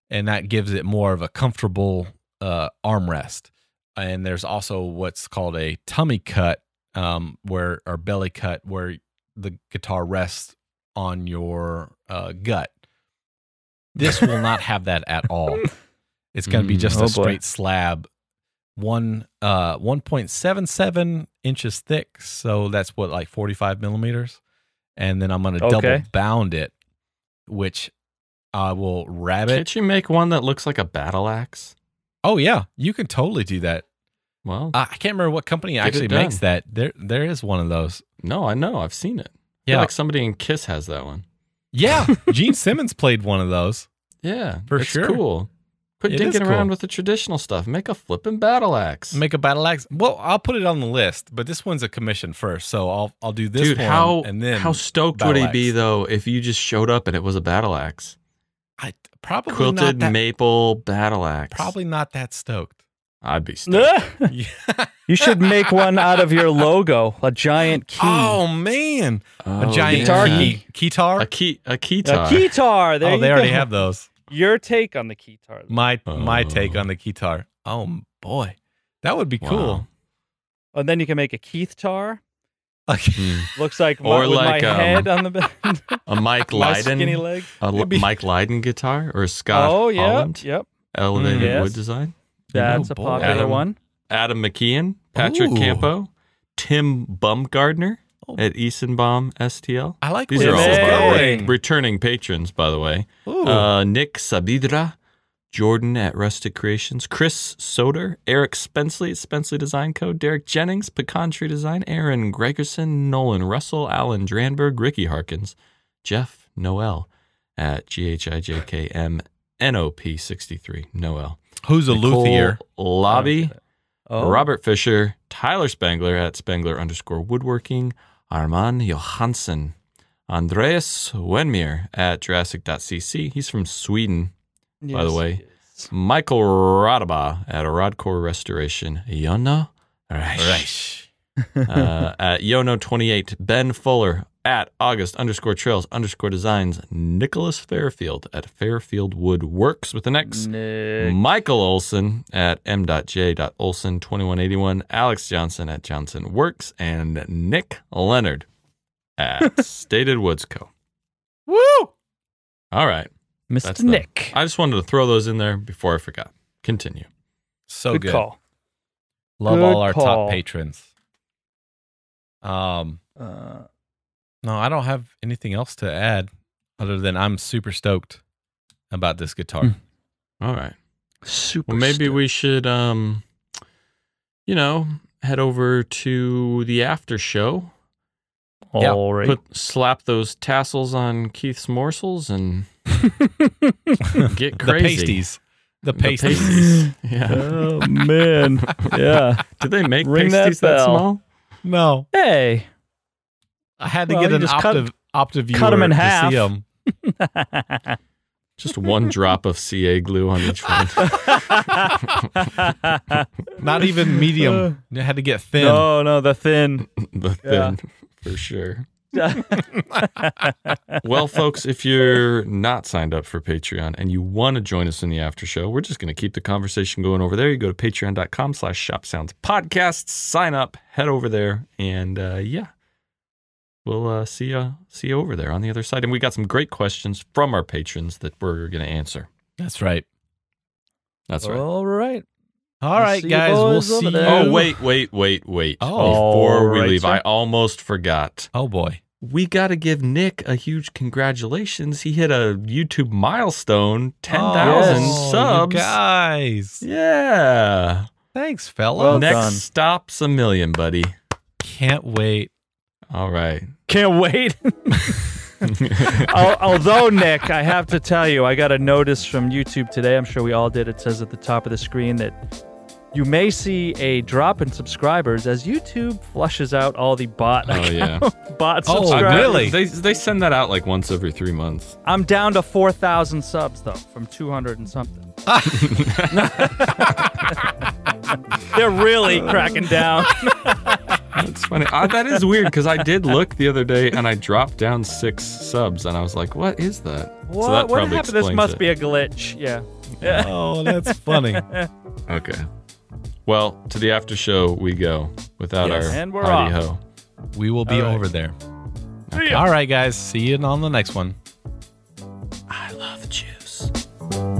and that gives it more of a comfortable uh, armrest. And there's also what's called a tummy cut, um, where or belly cut, where the guitar rests on your uh, gut. This will not have that at all. It's going to be
Mm.
just a
Oh, boy.
straight slab, one uh, one point seven seven inches thick. So that's what like forty five millimeters, and then I'm going to
Okay.
double bound it, which I will rabbit.
Can't you make one that looks like a battle axe?
Oh yeah, you can totally do that.
Well,
I I can't remember what company
Get it
actually
done.
makes that. There, there is one of those.
no, I know. I've seen it. I feel
Yeah,
like somebody in Kiss has that one.
yeah. Gene Simmons played one of those.
Yeah,
For
it's
sure.
Cool. Quit
It
dinking
is
around
cool.
with the traditional stuff. Make a flippin' battle axe.
Make a battle axe. Well, I'll put it on the list, but this one's a commission first, so I'll I'll do this
Dude,
one
how
and then
how stoked would
battle
he be
axe.
though if you just showed up and it was a battle axe,
I, probably not
quilted
that,
maple battle axe?
probably not that stoked.
I'd be stoked.
Yeah.
you should make one out of your logo, a giant key.
Oh man, a
Oh,
giant
Guitar
yeah.
key, keytar.
a key, a key
a keytar. There
oh,
you
they already
go.
have those.
your take on the keytar.
My my take
Oh.
on the keytar. Oh boy, that would be cool.
Oh, And then you can make a Keith tar.
Hmm.
Okay.
Looks like my,
Or
with
like,
my
um,
head on the back.
A Mike
my skinny
Lydon,
leg.
a L-
It'd be-
Mike Lydon guitar or a Scott
Oh yeah,
Holland
yep.
elevated
Mm. Yes.
wood design.
That's
Oh,
a
boy.
popular
Adam.
one.
Adam McKeon, Patrick
Ooh.
Campo, Tim Bumgardner
Oh.
at Easonbaum STL.
I like
These
where
are all
this is
Amazing.
by the way,
going.
returning patrons, by the way.
Ooh.
Uh, Nick Sabidra, Jordan at Rustic Creations, Chris Soder, Eric Spensley at Spensley Design Co., Derek Jennings, Pecan Tree Design, Aaron Gregerson, Nolan Russell, Alan Dranberg, Ricky Harkins, Jeff Noel at GHIJKMNOP63, Noel.
Who's a
Nicole
luthier?
Lobby,
Oh,
Robert Fisher, Tyler Spangler at Spangler underscore woodworking, Arman Johansson, Andreas Wenmir at Jurassic.cc. He's from Sweden. by the way.
yes.
Michael Radaba at Rodcore Restoration. Yona Reich,
Right.
uh, at Yono28. Ben Fuller at August underscore trails underscore designs, Nicholas Fairfield at Fairfield Wood Works with an X,
Nick.
Michael Olson at m.j.olson2181, Alex Johnson at Johnson Works, and Nick Leonard at Stated Woods Co.
Woo!
All right.
Mr.
That's them.
Nick.
I just wanted to throw those in there before I forgot. Continue.
So
good,
good.
call.
Love
Good
all our
call.
top patrons. Um,
Uh,
no, I don't have anything else to add other than I'm super stoked about this guitar.
Mm.
All right.
super.
Well, maybe
stoked.
we should, um, you know, head over to the after show.
Yeah,
All right.
Put slap those tassels on Keith's morsels and get
the
crazy.
pasties. The
The
pasties.
pasties. yeah.
oh man. Yeah.
Do they make
Ring that
pasties that,
bell.
small?
no.
Hey.
I had to
Well,
get
you
an
just cut-
octave octave
cut 'em in
to
half.
see 'em.
Just one drop of CA glue on each one.
Not even
Uh,
medium. I had to get thin.
no, no, the thin.
the
Yeah.
thing for sure. Well, folks, if you're not signed up for Patreon and you want to join us in the after show, we're just going to keep the conversation going over there. You go to patreon.com slash shop sounds podcast, sign up, head over there, and uh, yeah, we'll uh, see you see you over there on the other side. And we got some great questions from our patrons that we're going to answer.
That's right.
That's right.
All right.
All
We'll
right,
see you
guys. We'll
boys over
see you.
there.
Oh, wait, wait, wait, wait.
Oh.
Before we
Alright,
leave,
sir.
I almost forgot.
Oh boy.
We got to give Nick a huge congratulations. He hit a YouTube milestone 10,000
Oh, yes.
Oh, you
subs.
guys.
Yeah.
Thanks, fella.
Well
Next
done.
stop's a million, buddy.
Can't wait.
All right. Oh,
Can't wait. Al- Although, Nick, I have to tell you, I got a notice from YouTube today. I'm sure we all did. It says at the top of the screen that you may see a drop in subscribers as YouTube flushes out all the bot,
oh yeah.
bot
Oh,
subscribers.
really?
They they send that out like once every three months.
I'm down to 4,000 subs, though, from 200 and something. They're really cracking down.
That's funny. I, that is weird because I did look the other day and I dropped down six subs and I was like, what is that?
What,
so that
what
probably
happened? This
explains
must
it.
be a glitch. Yeah.
Oh, that's funny.
Okay. Well, to the after show we go without
Yes.
our
And we're
howdy
off.
ho.
We will be
All right.
over there.
See ya.
All right, guys. See you on the next one.
I love juice.
Bye.